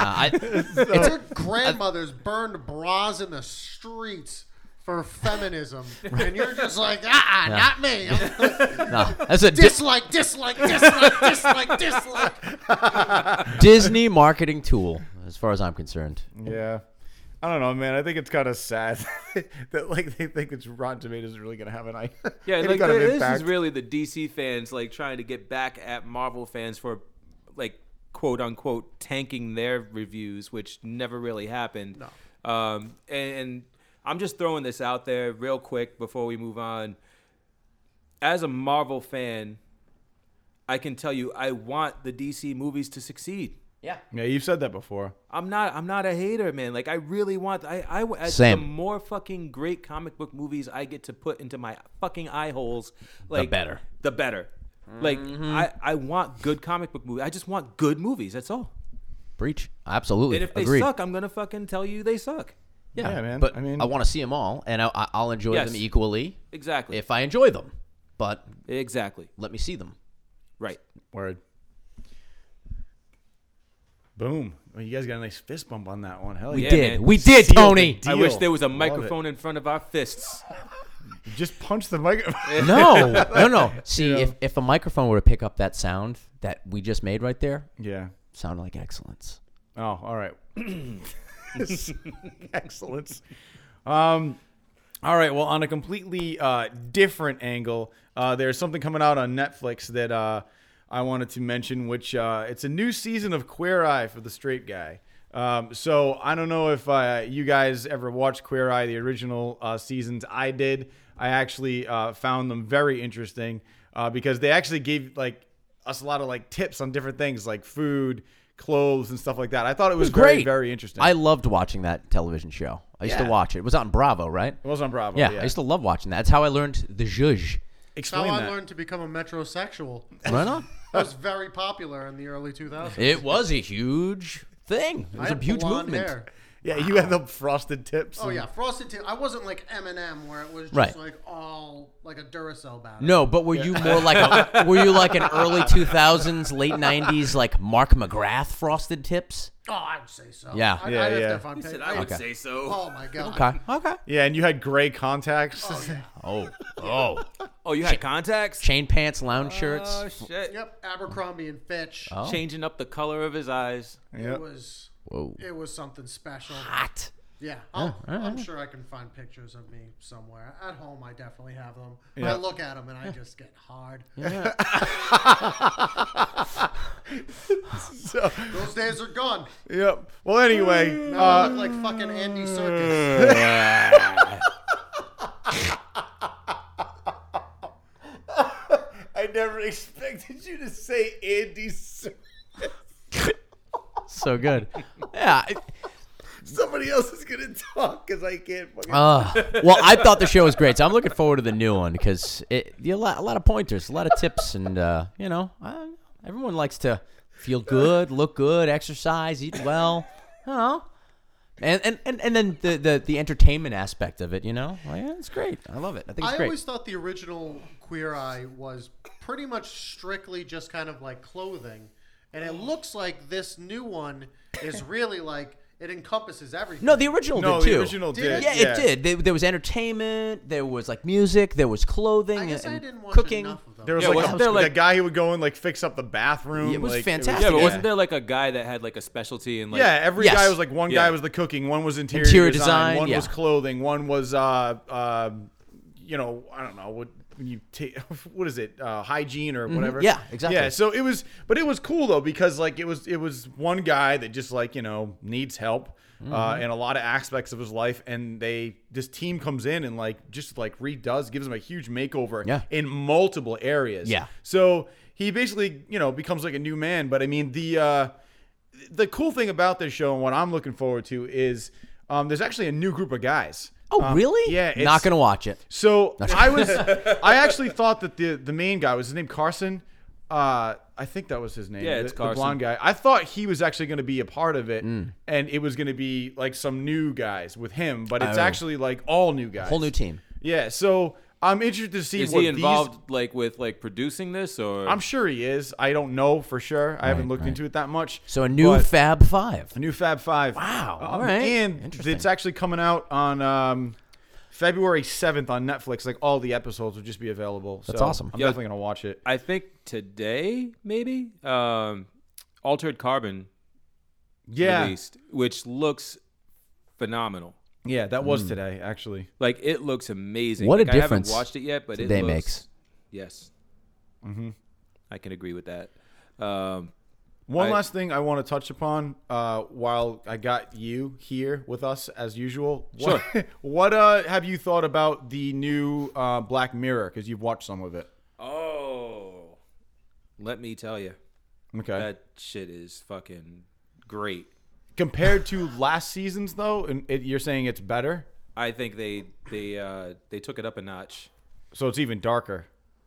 D: I,
C: Their grandmothers burned bras in the streets for
D: *laughs*
C: feminism, and you're just like, ah, uh not me.
D: no, that's a Di-
C: dislike, dislike, dislike, dislike,
D: *laughs*
C: dislike.
D: Disney marketing tool, as far as I'm concerned.
I: Yeah. I don't know, man. I think it's kind of sad *laughs* that like they think it's Rotten Tomatoes is really gonna have an i- *laughs*
E: yeah,
I: any
E: like
I: kind of
E: this
I: impact.
E: is really the DC fans like trying to get back at Marvel fans for like quote unquote tanking their reviews, which never really happened. No. Um, and, and I'm just throwing this out there real quick before we move on. As a Marvel fan, I can tell you I want the DC movies to succeed.
I: yeah, you've said that before.
E: I'm not. I'm not a hater, man. Like I really want. I. I. I
D: Same.
E: The more fucking great comic book movies I get to put into my fucking eye holes, like
D: better.
E: The better. Like I. I want good comic book movies. I just want good movies. That's all.
D: Breach. Absolutely.
E: And if they
D: Agreed.
E: suck, I'm gonna fucking tell you they suck.
D: yeah,
I: Yeah, man.
D: But
I: I mean-
D: I want to see them all, and I, I- I'll enjoy
E: Yes.
D: them equally
E: Exactly.
D: if I enjoy them. But
E: exactly.
D: let me see them.
E: Right.
I: Word. Boom. Well, you guys got a nice fist bump on that one. Hell
E: We
I: yeah.
E: Yeah, did. man.
D: We did,
I: Sealed
D: Tony.
I: the
E: I
I: deal.
E: wish there was a
I: Love it.
E: microphone in front of our fists.
I: Just punch the *laughs* microphone.
D: No, no,
I: *laughs*
D: no. See, if, if a microphone were to pick up that sound that we just made right there,
I: yeah.
D: sound like excellence.
I: Oh, all right. *laughs* Excellence. Um, all right. Well, on a completely uh, different angle, uh, there's something coming out on Netflix that uh, I wanted to mention, which uh, it's a new season of Queer Eye for the straight guy. Um, so I don't know if uh, you guys ever watched Queer Eye, the original uh, seasons. I did. I actually uh, found them very interesting uh, because they actually gave like us a lot of like tips on different things like food, clothes, and stuff like that. I thought it was, very,
D: great.
I: very interesting.
D: I loved watching that television show. I used
I: Yeah.
D: to watch it. It was on Bravo, right?
I: It was on Bravo.
D: Yeah,
I: Yeah,
D: I used to love watching that. That's how I learned the zhuzh.
C: How
I: explain
C: I
I: that.
C: learned to become a metrosexual.
D: Right on.
C: It was very popular in the early 2000s.
D: It was a huge thing. It was
C: I
D: a
C: had
D: huge
C: blonde
D: movement.
C: hair.
I: Yeah, you had the frosted tips.
C: Oh
I: and-
C: yeah, frosted tip. I wasn't like Eminem where it was just
D: Right.
C: like all like a Duracell battery.
D: No, but were you more like
I: *laughs*
D: a were you like an early 2000s, late 90s like Mark McGrath frosted tips?
C: Oh, I would say so.
D: Yeah.
C: I,
I: Yeah,
C: I'd have
I: yeah.
C: to if I'm taking-
E: I would
D: Okay.
E: say so.
C: Oh my god.
D: Okay. Okay.
I: Yeah, and you had gray contacts.
D: Oh. Oh.
E: Oh, you had contacts.
D: Chain pants, lounge shirts.
I: Uh,
E: Oh shit.
C: Yep, Abercrombie and Fitch.
D: Oh.
E: Changing up the color of his eyes.
I: Yep.
C: It was
D: Whoa.
C: it was something special.
D: Hot.
C: Yeah, I'll, I'm sure I can find pictures of me somewhere. At home, I definitely have them.
I: Yeah.
C: I look at them and I just get hard. *laughs*
D: *laughs*
I: So-
C: Those days are gone.
I: yep. Well, anyway,
C: Now I
I: uh,
C: look like fucking Andy
D: *laughs*
C: Serkis.
I: I never expected you to say Andy. Ser-
D: So good. Yeah. I-
I: Somebody else is gonna talk because I can't. Fucking-
D: Uh, well, I thought the show was great, so I'm looking forward to the new one because it you a lot, a lot of pointers, a lot of tips, and uh, you know, I, everyone likes to feel good, look good, exercise, eat well, you know, and and, and, and then the, the the entertainment aspect of it, you know, Well, Oh, yeah, it's great. I love it. I think it's
C: I
D: great.
C: always thought the original Queer Eye was pretty much strictly just kind of like clothing, and it looks like this new one
D: *laughs*
C: is really like it encompasses everything.
D: no, the original
I: no,
D: did too.
I: the original did.
D: yeah, it did. There, there was entertainment. There was like music. There was clothing
C: I guess
D: and
C: I didn't watch
D: cooking.
C: enough of them.
I: There was
E: Yeah,
I: like,
E: wasn't
I: a,
E: there,
I: the
E: like-
I: guy who would go and like fix up the bathroom.
D: It was
I: like,
D: fantastic.
E: Yeah, but
D: Yeah.
E: wasn't there like a guy that had like a specialty in like?
I: yeah, every
D: Yes.
I: guy was like one guy
E: Yeah.
I: was the cooking, one was interior,
D: Interior
I: design,
D: design,
I: one
D: yeah.
I: was clothing, one was uh, uh, you know, I don't know what when you take *laughs* what is it uh, hygiene or whatever.
D: Mm-hmm. Yeah, exactly.
I: Yeah, so it was, but it was cool though because like it was it was one guy that just like you know needs help. Uh,
D: Mm-hmm.
I: in a lot of aspects of his life, and they this team comes in and like just like redoes, gives him a huge makeover
D: Yeah.
I: in multiple areas.
D: Yeah.
I: So he basically, you know, becomes like a new man. But I mean, the uh, the cool thing about this show and what I'm looking forward to is um, there's actually a new group of guys.
D: Oh,
I: Um,
D: really?
I: Yeah. it's-
D: Not gonna watch it.
I: So I was, I actually thought that the the main guy was his name Carson. Uh, I think that was his name.
E: Yeah, it's
I: the, the
E: Carson.
I: blonde guy. I thought he was actually going to be a part of it,
D: Mm.
I: and it was going to be like some new guys with him, but it's
D: Oh.
I: actually like all new guys,
D: Whole new team.
I: Yeah, so I'm interested to see
E: Is
I: what
E: he
I: These,
E: involved like with like producing this or?
I: I'm sure he is. I don't know for sure. I haven't looked into it that much.
D: So a new
I: But-
D: Fab Five.
I: a new Fab Five. Wow.
D: all right.
I: And it's actually coming out on um, February 7th on Netflix. Like all the episodes will just be available.
D: That's
I: So
D: awesome.
I: I'm
E: Yeah.
I: definitely gonna watch it.
E: I think today maybe um, altered carbon
I: Yeah.
E: released, which looks phenomenal.
I: Yeah, that was
D: Hmm.
I: today actually.
E: Like it looks amazing.
D: What a
E: Like,
D: difference
E: I haven't watched it yet, but it
D: today
E: looks,
D: makes.
E: Yes. Mm-hmm. I can agree with that. Um,
I: One
E: I-
I: last thing I want to touch upon uh, while I got you here with us as usual. What,
E: Sure.
I: *laughs* what uh, have you thought about the new uh, Black Mirror? Because you've watched some of it.
E: oh, let me tell you,
I: Okay.
E: that shit is fucking great.
I: Compared to last season's though, and it, you're saying it's better,
E: I think they they uh, they took it up a notch.
I: so it's even darker.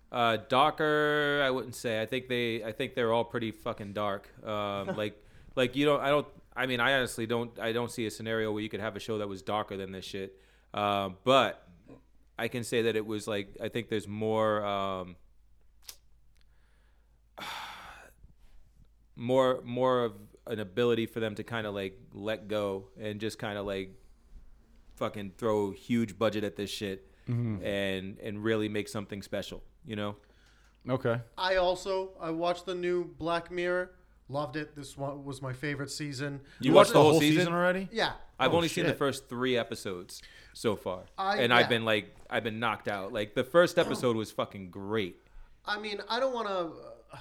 E: Uh, Docker, I wouldn't say. I think they, I think they're all pretty fucking dark. Um, like, like you don't, I don't. I mean, I honestly don't. I don't see a scenario where you could have a show that was darker than this shit. Um, but I can say that it was like. I think there's more, um, *sighs* more, more of an ability for them to kind of like let go and just kind of like fucking throw huge budget at this shit and and really make something special. You know.
I: Okay.
C: I also I watched the new Black Mirror. Loved it. This one was my favorite season.
E: You
I: watched
E: watched the whole season?
I: already?
C: Yeah.
E: I've
I: Oh,
E: only seen the
I: shit.
E: first three episodes so far,
C: I-
E: and
C: yeah.
E: I've been like, I've been knocked out. Like the first episode was fucking great.
C: I mean, I don't want to.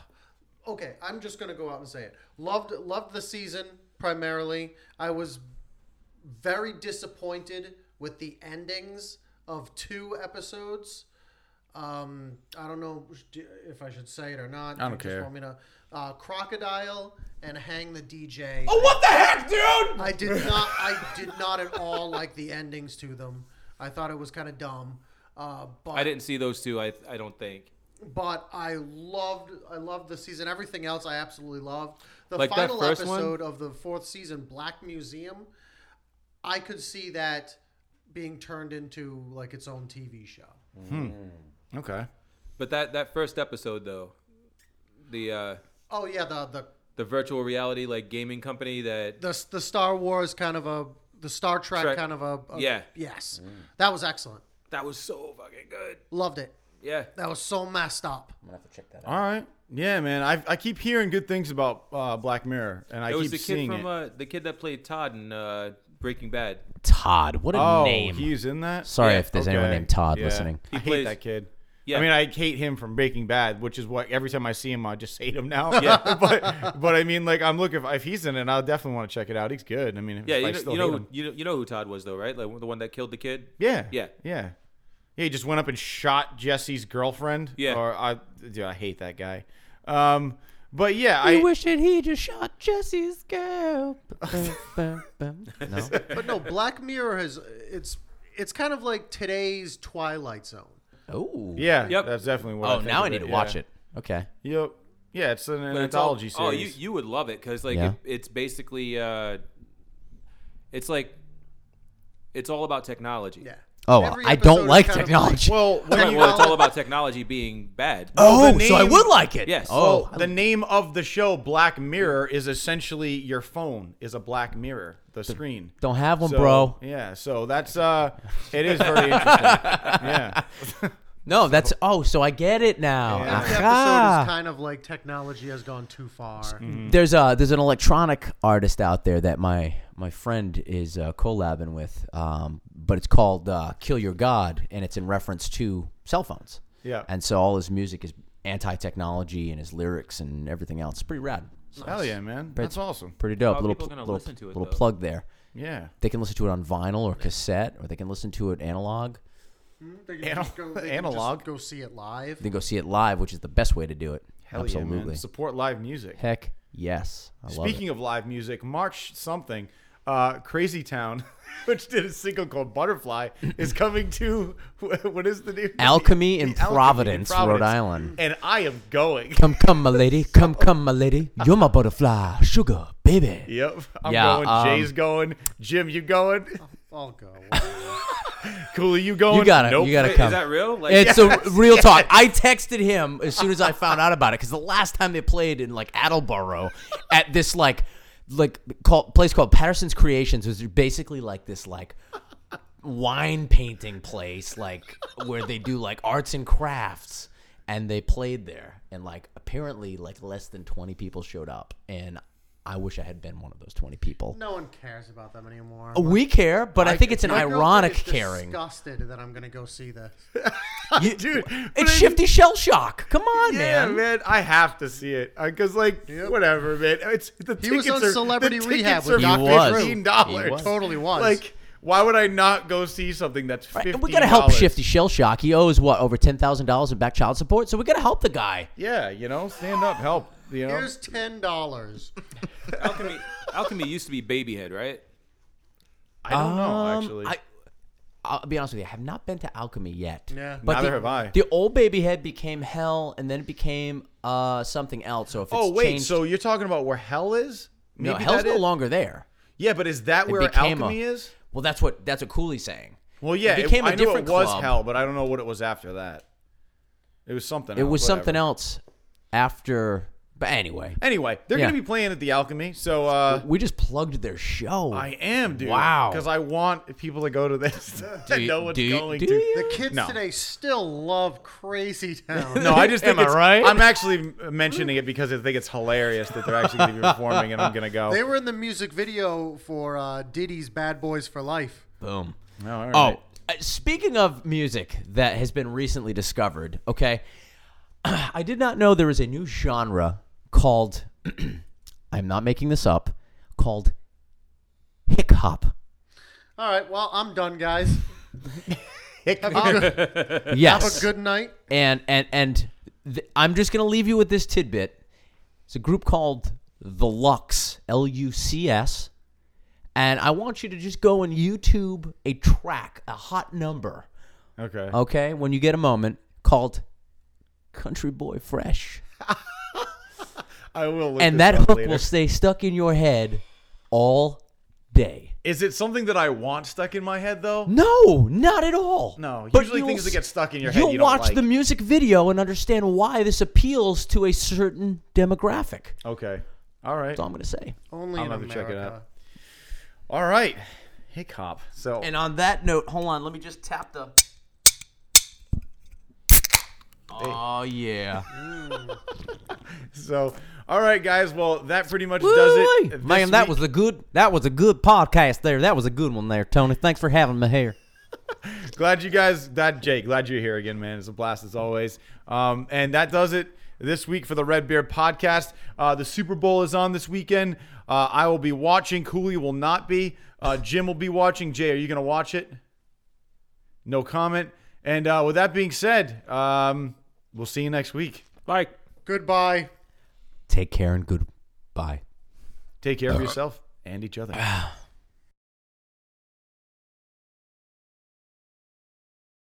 C: Okay, I'm just gonna go out and say it. Loved loved the season primarily. I was very disappointed with the endings of two episodes. Um, I don't know if I should say it or not. I
I: don't care.
C: Want me to, uh, Crocodile and Hang the DJ.
D: What the heck, dude?
C: I did not. I did not at all like the endings to them. I thought it was kind of dumb. Uh, but
E: I didn't see those two. I I don't think.
C: but I loved I loved the season. Everything else I absolutely loved. The
E: Like that
C: final
E: first one?
C: episode of the fourth season, Black Museum, I could see that being turned into like its own TV show.
I: Okay.
E: But that that first episode though, the uh,
C: Oh yeah, the the
E: the virtual reality like gaming company that
C: the, the Star Wars kind of a the Star Trek,
E: Trek.
C: kind of a, a-
E: Yeah.
C: yes, that was excellent.
E: that was so fucking good.
C: Loved it.
E: Yeah.
C: That was so messed up.
I: All right. Yeah, man. I, I keep hearing good things about uh, Black Mirror, and I
E: It was
I: keep
E: the kid
I: seeing
E: from
I: it.
E: uh, the kid that played Todd in uh, Breaking Bad.
D: Todd. What a
I: oh,
D: name.
I: he's in that.
D: Sorry
E: Yeah,
D: if there's anyone
I: Okay.
D: named Todd
I: Yeah.
D: listening.
I: I hate
E: plays-
I: that kid.
E: Yeah.
I: I mean, I hate him from Breaking Bad, which is what every time I see him, I just hate him now. Yeah, *laughs* but but I mean, like, I'm looking if, if he's in it, I'll definitely want to check it out. He's good. I mean, if
E: Yeah,
I: I
E: you know,
I: still
E: you know,
I: hate
E: who,
I: him.
E: you know, you know who Todd was though, right? Like the one that killed the kid.
I: yeah,
E: Yeah.
I: yeah, yeah. He just went up and shot Jesse's girlfriend.
E: Yeah.
I: or I, dude, I hate that guy. Um, but yeah, I
D: wish that he just shot Jesse's girl. no.
C: But no, Black Mirror has it's it's kind of like today's Twilight Zone.
D: *laughs* Oh.
I: yeah,
E: Yep.
I: that's definitely what. I
D: Oh,
I: think
D: now
I: of
D: I need to
I: it,
D: watch
I: yeah.
D: it. Okay.
I: Yep. Yeah, it's an,
E: But it's all-
I: anthology
E: Oh, you
I: series.
E: you would love it because like
D: Yeah.
E: it, it's basically uh, it's like it's all about technology.
C: Yeah.
D: Oh,
C: Every
D: I don't
C: episode
D: like
C: is kind of
D: technology.
I: well, when
E: Right,
I: *laughs* you,
E: well, it's all about technology being bad.
D: oh,
I: the
D: so I
I: name-
D: would like it.
E: Yes.
D: Oh,
I: the name of the show Black Mirror is essentially your phone is a black mirror, the screen.
D: don't have one,
I: So,
D: bro.
I: Yeah, so that's uh, it is
E: *laughs*
I: very interesting. yeah,
D: No, that's oh, so I get it now.
C: Every episode
D: Aha.
C: is kind of like technology has gone too far.
D: there's a there's an electronic artist out there that my my friend is uh, collabing with, um, but it's called uh, Kill Your God, and it's in reference to cell phones.
I: Yeah.
D: and so all his music is anti-technology, and his lyrics and everything else. It's pretty rad,
I: hell yeah, man, that's awesome.
D: pretty dope.
E: How are
D: little
E: people gonna
D: little,
E: listen to it,
D: little
E: though?
D: plug there.
I: Yeah,
D: They can listen to it on vinyl or cassette, or they can listen to it analog.
C: They can
I: Anal-
C: just go, they can
I: analog.
C: just go see it live.
D: They can go see it live, which is the best way to do it.
I: hell
D: Absolutely.
I: yeah, man. Support live music.
D: Heck yes, I love it.
I: Speaking of live music, March something. uh, Crazy Town, *laughs* which did a single called Butterfly, is coming to *laughs* what is the name?
D: Alchemy in
I: Alchemy in
D: Providence, Rhode
I: Providence.
D: Island.
I: And I am going. *laughs*
D: Come, come, my lady. Come, come, my lady. You're my butterfly, sugar, baby.
I: Yep, I'm
D: Yeah,
I: going.
D: um,
I: Jay's going. Jim, you going?
C: I'll go.
I: Cooley, you going?
D: You gotta,
I: Nope.
D: you
I: *laughs*
D: gotta
E: Wait, is
D: come.
E: that real? Like-
D: it's a real talk. I texted him as soon as I found out about it because the last time they played in like Attleboro at this like, like call, place called Patterson's Creations was basically like this like wine painting place like where they do like arts and crafts and they played there and like apparently like less than 20 people showed up and i wish i had been one of those 20 people
C: No one cares about them anymore.
D: Oh, we care but i, think it's an
C: My girlfriend
D: ironic
C: is
D: caring
C: Disgusted that I'm gonna go see this.
D: You-
I: Dude, but
D: It's shifty shell shock. Come on,
I: Yeah,
D: man.
I: man, I have to see it because, like, whatever, man. It's the
C: He was
I: tickets
C: on
I: are
C: Celebrity
I: the
C: Rehab
I: tickets
C: with
I: are
D: Dr. Drew.
I: fifteen dollars.
D: was.
C: Totally was.
I: Like, why would I not go see something that's
D: Right,
I: fifteen?
D: and we gotta help Shifty Shell Shock. He owes what over ten thousand dollars in back child support, so we gotta help the guy.
I: Yeah, you know, stand up, help. You know,
C: Here's ten dollars.
E: Alchemy, Alchemy used to be Babyhead, right?
I: I don't know
D: Um,
I: actually.
D: I, I'll be honest with you. I have not been to Alchemy yet.
C: Yeah.
I: Neither
D: the,
I: have I.
D: The old baby head became hell, and then it became uh, something else. So if it's
I: oh wait,
D: changed-
I: so you're talking about where hell is?
D: no,
I: Maybe
D: hell's
I: that
D: no
I: is-
D: longer there.
I: Yeah, but is that
D: It
I: where
D: became a-
I: alchemy is?
D: Well, that's what that's what Cooley's saying.
I: Well, yeah,
D: it
I: it
D: became a
I: I knew
D: different
I: it was
D: club.
I: hell, but I don't know what it was after that. It was something.
D: It
I: else,
D: was
I: Oh, whatever.
D: something else after. But anyway,
I: Anyway, they're
D: Yeah.
I: gonna be playing at the Alchemy, so uh,
D: we just plugged their show.
I: I am, dude.
D: Wow.
I: Because I want people to go to this. *laughs* I
D: you-
I: know what's
D: do you-
I: going
D: do
I: to.
D: you?
C: The kids
I: No.
C: today still love Crazy
D: *laughs*
C: Town.
I: No, I just think
D: Am I
I: it's,
D: right?
I: I'm actually mentioning it because I think it's hilarious that they're actually going to be performing, and I'm going to go.
C: They were in the music video for uh, Diddy's "Bad Boys for Life."
D: Boom.
I: No, all
D: Oh,
I: right.
D: uh, speaking of music that has been recently discovered, okay, *clears throat* I did not know there is a new genre called, *clears throat* I'm not making this up, called hip hop.
C: All right, well, I'm done,
D: *laughs*
C: guys.
D: Yes.
C: Have a good night.
D: and and and th- I'm just gonna leave you with this tidbit. It's a group called the Lux, L-U-C-S, and I want you to just go and YouTube a track, a hot number,
I: Okay.
D: okay? When you get a moment, called "Country Boy Fresh,"
I: I will. Look
D: and
I: this
D: that
I: up
D: hook
I: later.
D: will stay stuck in your head all day.
I: Is it something that I want stuck in my head though?
D: Mm. No, not at all.
I: No,
D: But
I: usually
D: you'll
I: things that
D: s-
I: get stuck in your head
D: You'll
I: you don't
D: watch
I: like.
D: the music video and understand why this appeals to a certain demographic.
I: Okay. All right.
D: That's all I'm going to say.
C: Only
I: I'll
C: in
I: have to
C: America.
I: check it out. All right. Hiccup. So
D: And on that note, hold on, let me just tap the. Oh yeah,
I: so. All right, guys. Well, that pretty much does
D: Woo-wee.
I: it.
D: man,
I: this
D: that
I: week.
D: was a good that was a good podcast there. That was a good one there, Tony. Thanks for having me here.
I: glad you guys glad jake glad you're here again man it's a blast as always um, and that does it this week for the red beard podcast uh, the super bowl is on this weekend uh, i will be watching cooley will not be uh, jim will be watching jay are you going to watch it no comment and uh, with that being said um, we'll see you next week
E: Like.
C: Goodbye.
D: Take care and goodbye.
I: take care of yourself and each other